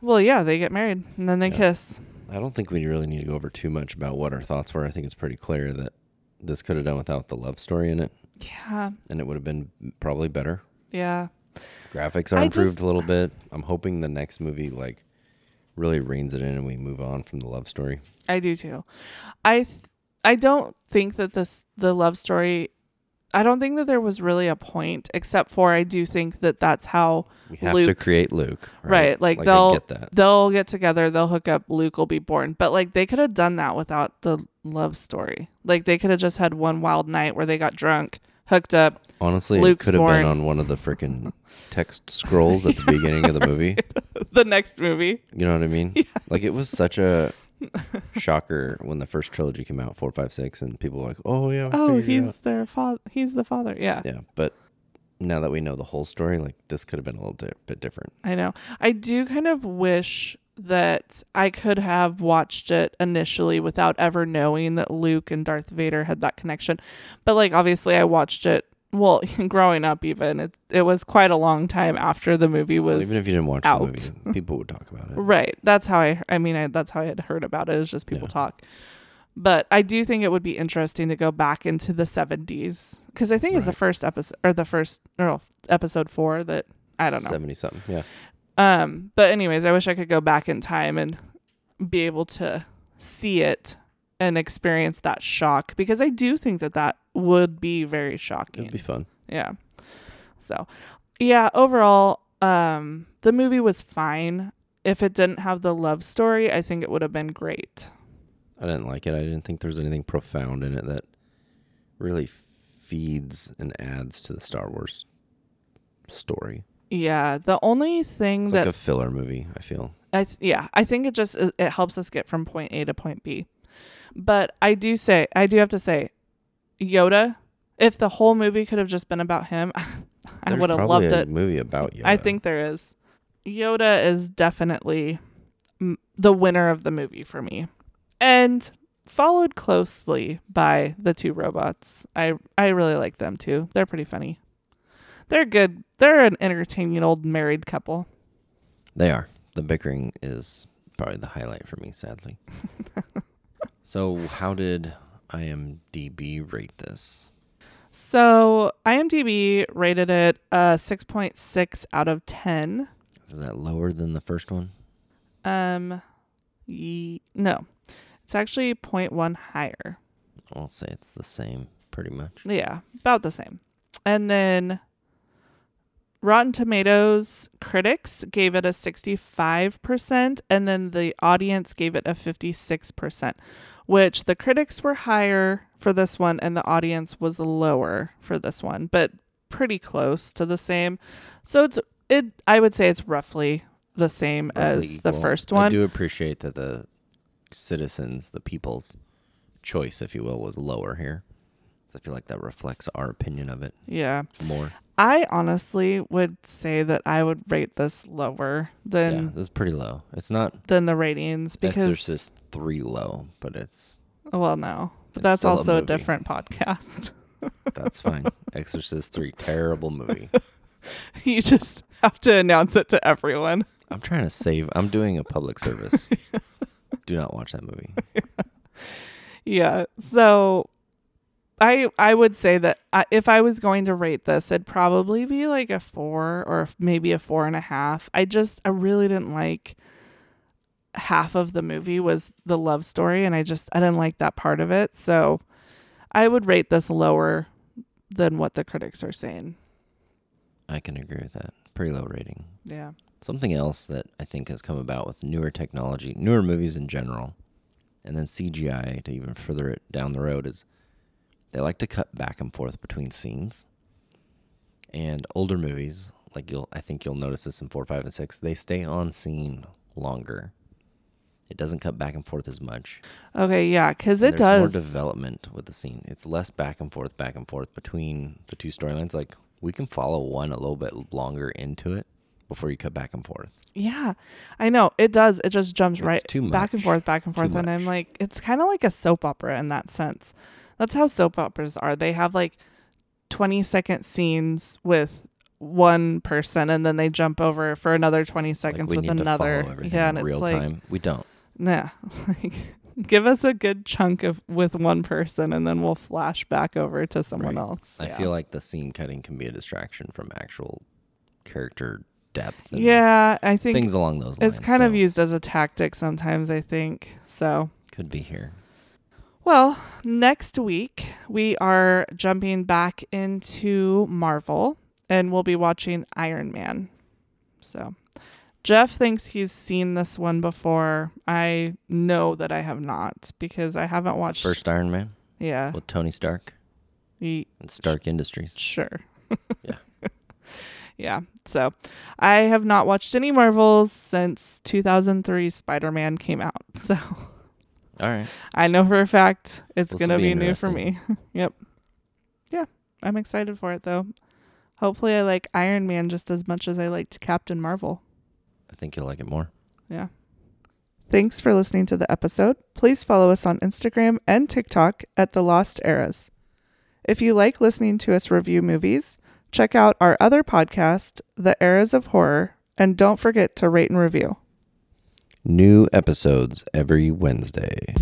Speaker 1: Well, yeah, they get married and then they
Speaker 2: Yeah.
Speaker 1: kiss.
Speaker 2: I don't think we really need to go over too much about what our thoughts were. I think it's pretty clear that this could have done without the love story in it,
Speaker 1: Yeah,
Speaker 2: and it would have been probably better.
Speaker 1: yeah,
Speaker 2: Graphics are
Speaker 1: I
Speaker 2: improved
Speaker 1: just-
Speaker 2: a little bit. I'm hoping the next movie like really reins it in and we move on from the love story.
Speaker 1: I do too. I th- I don't think that this the love story I don't think that there was really a point, except for I do think that that's how
Speaker 2: We have to
Speaker 1: Luke-
Speaker 2: create Luke, right?
Speaker 1: right, like,
Speaker 2: I
Speaker 1: they'll
Speaker 2: get that.
Speaker 1: they'll get together, they'll hook up, Luke will be born. But like they could have done that without the love story. Like they could have just had one wild night where they got drunk, hooked up.
Speaker 2: Honestly,
Speaker 1: Luke's
Speaker 2: it could have
Speaker 1: born.
Speaker 2: been on one of the freaking text scrolls at the beginning of the movie.
Speaker 1: the next movie,
Speaker 2: You know what I mean? Like it was such a shocker when the first trilogy came out, four, five, six, and people were like, "Oh yeah, we
Speaker 1: oh,
Speaker 2: figured it
Speaker 1: he's
Speaker 2: out."
Speaker 1: their father. He's the father. Yeah,
Speaker 2: yeah." But now that we know the whole story, like this could have been a little di- bit different.
Speaker 1: I know. I do kind of wish that I could have watched it initially without ever knowing that Luke and Darth Vader had that connection. But like obviously I watched it well growing up even it, it was quite a long time after the movie
Speaker 2: Well,
Speaker 1: was
Speaker 2: even if you didn't watch
Speaker 1: out.
Speaker 2: the movie, people would talk about it.
Speaker 1: Right. That's how I I mean I, that's how I had heard about it is just people
Speaker 2: Yeah.
Speaker 1: talk. But I do think it would be interesting to go back into the 70s cuz I think it's the
Speaker 2: Right.
Speaker 1: first episode or the first no, episode 4 that I don't know.
Speaker 2: Seventy something. Yeah.
Speaker 1: Um, but anyways, I wish I could go back in time and be able to see it and experience that shock because I do think that that would be very shocking.
Speaker 2: It'd be fun.
Speaker 1: yeah. So, yeah, overall, um, the movie was fine. If it didn't have the love story, I think it would have been great.
Speaker 2: I didn't like it. I didn't think there was anything profound in it that really feeds and adds to the Star Wars story.
Speaker 1: Yeah, the only thing
Speaker 2: It's
Speaker 1: that
Speaker 2: like a filler movie, I feel.
Speaker 1: I th- yeah, I think it just it helps us get from point A to point B. But I do say I do have to say, Yoda. If the whole movie could have just been about him, I
Speaker 2: There's
Speaker 1: would have
Speaker 2: probably
Speaker 1: loved
Speaker 2: a
Speaker 1: it.
Speaker 2: movie about Yoda.
Speaker 1: I think there is. Yoda is definitely m- the winner of the movie for me, and followed closely by the two robots. I I really like them too. They're pretty funny. They're good. They're an entertaining old married couple.
Speaker 2: They are. The bickering is probably the highlight for me, sadly. so, how did IMDb rate this?
Speaker 1: So IMDb rated it a 6.6 out of 10.
Speaker 2: Is that lower than the first one?
Speaker 1: Um, ye- no, it's actually 0.1 higher.
Speaker 2: I'll say it's the same, pretty much.
Speaker 1: Yeah, about the same. And then Rotten Tomatoes critics gave it a 65%, and then the audience gave it a 56%, which the critics were higher for this one, and the audience was lower for this one, but pretty close to the same. So it's, it, I would say it's roughly the same as
Speaker 2: Roughly
Speaker 1: the
Speaker 2: equal.
Speaker 1: first one.
Speaker 2: I do appreciate that the citizens, the people's choice, if you will, was lower here. 'Cause I feel like that reflects our opinion of it
Speaker 1: yeah.
Speaker 2: more.
Speaker 1: I honestly would say that I would rate this lower than
Speaker 2: yeah, this is pretty low. It's not
Speaker 1: than the ratings because
Speaker 2: Exorcist 3 low, but it's
Speaker 1: well no but
Speaker 2: It's
Speaker 1: that's
Speaker 2: still a
Speaker 1: also a,
Speaker 2: movie.
Speaker 1: different podcast
Speaker 2: that's fine. Exorcist 3 terrible movie.
Speaker 1: you just have to announce it to everyone
Speaker 2: I'm trying to save. I'm doing a public service. Do not watch that movie.
Speaker 1: yeah so i i would say that I, if i was going to rate this it'd probably be like a four or f- maybe a four and a half i just i really didn't like half of the movie was the love story and i just i didn't like that part of it so i would rate this lower than what the critics are saying
Speaker 2: I can agree with that. Pretty low rating.
Speaker 1: yeah
Speaker 2: Something else that I think has come about with newer technology, newer movies in general, and then CGI to even further it down the road is they like to cut back and forth between scenes. And older movies, like you'll I think you'll notice this in 4, 5 and 6, they stay on scene longer. It doesn't cut back and forth as much.
Speaker 1: okay yeah because
Speaker 2: And
Speaker 1: it
Speaker 2: there's
Speaker 1: does
Speaker 2: more development with the scene. It's less back and forth, back and forth between the two storylines. Like we can follow one a little bit longer into it before you cut back and forth.
Speaker 1: Yeah, I know it does. It just jumps
Speaker 2: It's
Speaker 1: right
Speaker 2: too
Speaker 1: back and
Speaker 2: much.
Speaker 1: forth, back and
Speaker 2: Too
Speaker 1: forth, and I'm
Speaker 2: much.
Speaker 1: like, it's kind of like a soap opera in that sense. That's how soap operas are. They have like 20 second scenes with one person, and then they jump over for another 20
Speaker 2: Like
Speaker 1: seconds
Speaker 2: we
Speaker 1: with
Speaker 2: need to
Speaker 1: another.
Speaker 2: follow everything
Speaker 1: Yeah,
Speaker 2: in
Speaker 1: and
Speaker 2: real
Speaker 1: it's like,
Speaker 2: time. We don't.
Speaker 1: nah, like give us a good chunk of with one person, and then we'll flash back over to someone
Speaker 2: Right.
Speaker 1: else.
Speaker 2: I feel like the scene cutting can be a distraction from actual character depth. And
Speaker 1: yeah, I think
Speaker 2: things along those lines.
Speaker 1: it's kind of
Speaker 2: so
Speaker 1: used as a tactic sometimes. I think so.
Speaker 2: Could be here.
Speaker 1: Well, next week we are jumping back into Marvel and we'll be watching Iron Man. So, Jeff thinks he's seen this one before. I know that I have not because I haven't watched.
Speaker 2: First Iron Man
Speaker 1: yeah.
Speaker 2: with Tony Stark
Speaker 1: Ye-
Speaker 2: and Stark Industries.
Speaker 1: Sure.
Speaker 2: Yeah.
Speaker 1: yeah. So I have not watched any Marvels since 2003 Spider Man came out. So
Speaker 2: All right.
Speaker 1: I know for a fact it's
Speaker 2: This'll
Speaker 1: going to
Speaker 2: be
Speaker 1: be, new for me. yep. Yeah. I'm excited for it though. Hopefully, I like Iron Man just as much as I liked Captain Marvel.
Speaker 2: I think you'll like it more.
Speaker 1: Yeah. Thanks for listening to the episode. Please follow us on Instagram and TikTok at The Lost Eras. If you like listening to us review movies, check out our other podcast, The Eras of Horror, and don't forget to rate and review.
Speaker 2: New episodes every Wednesday.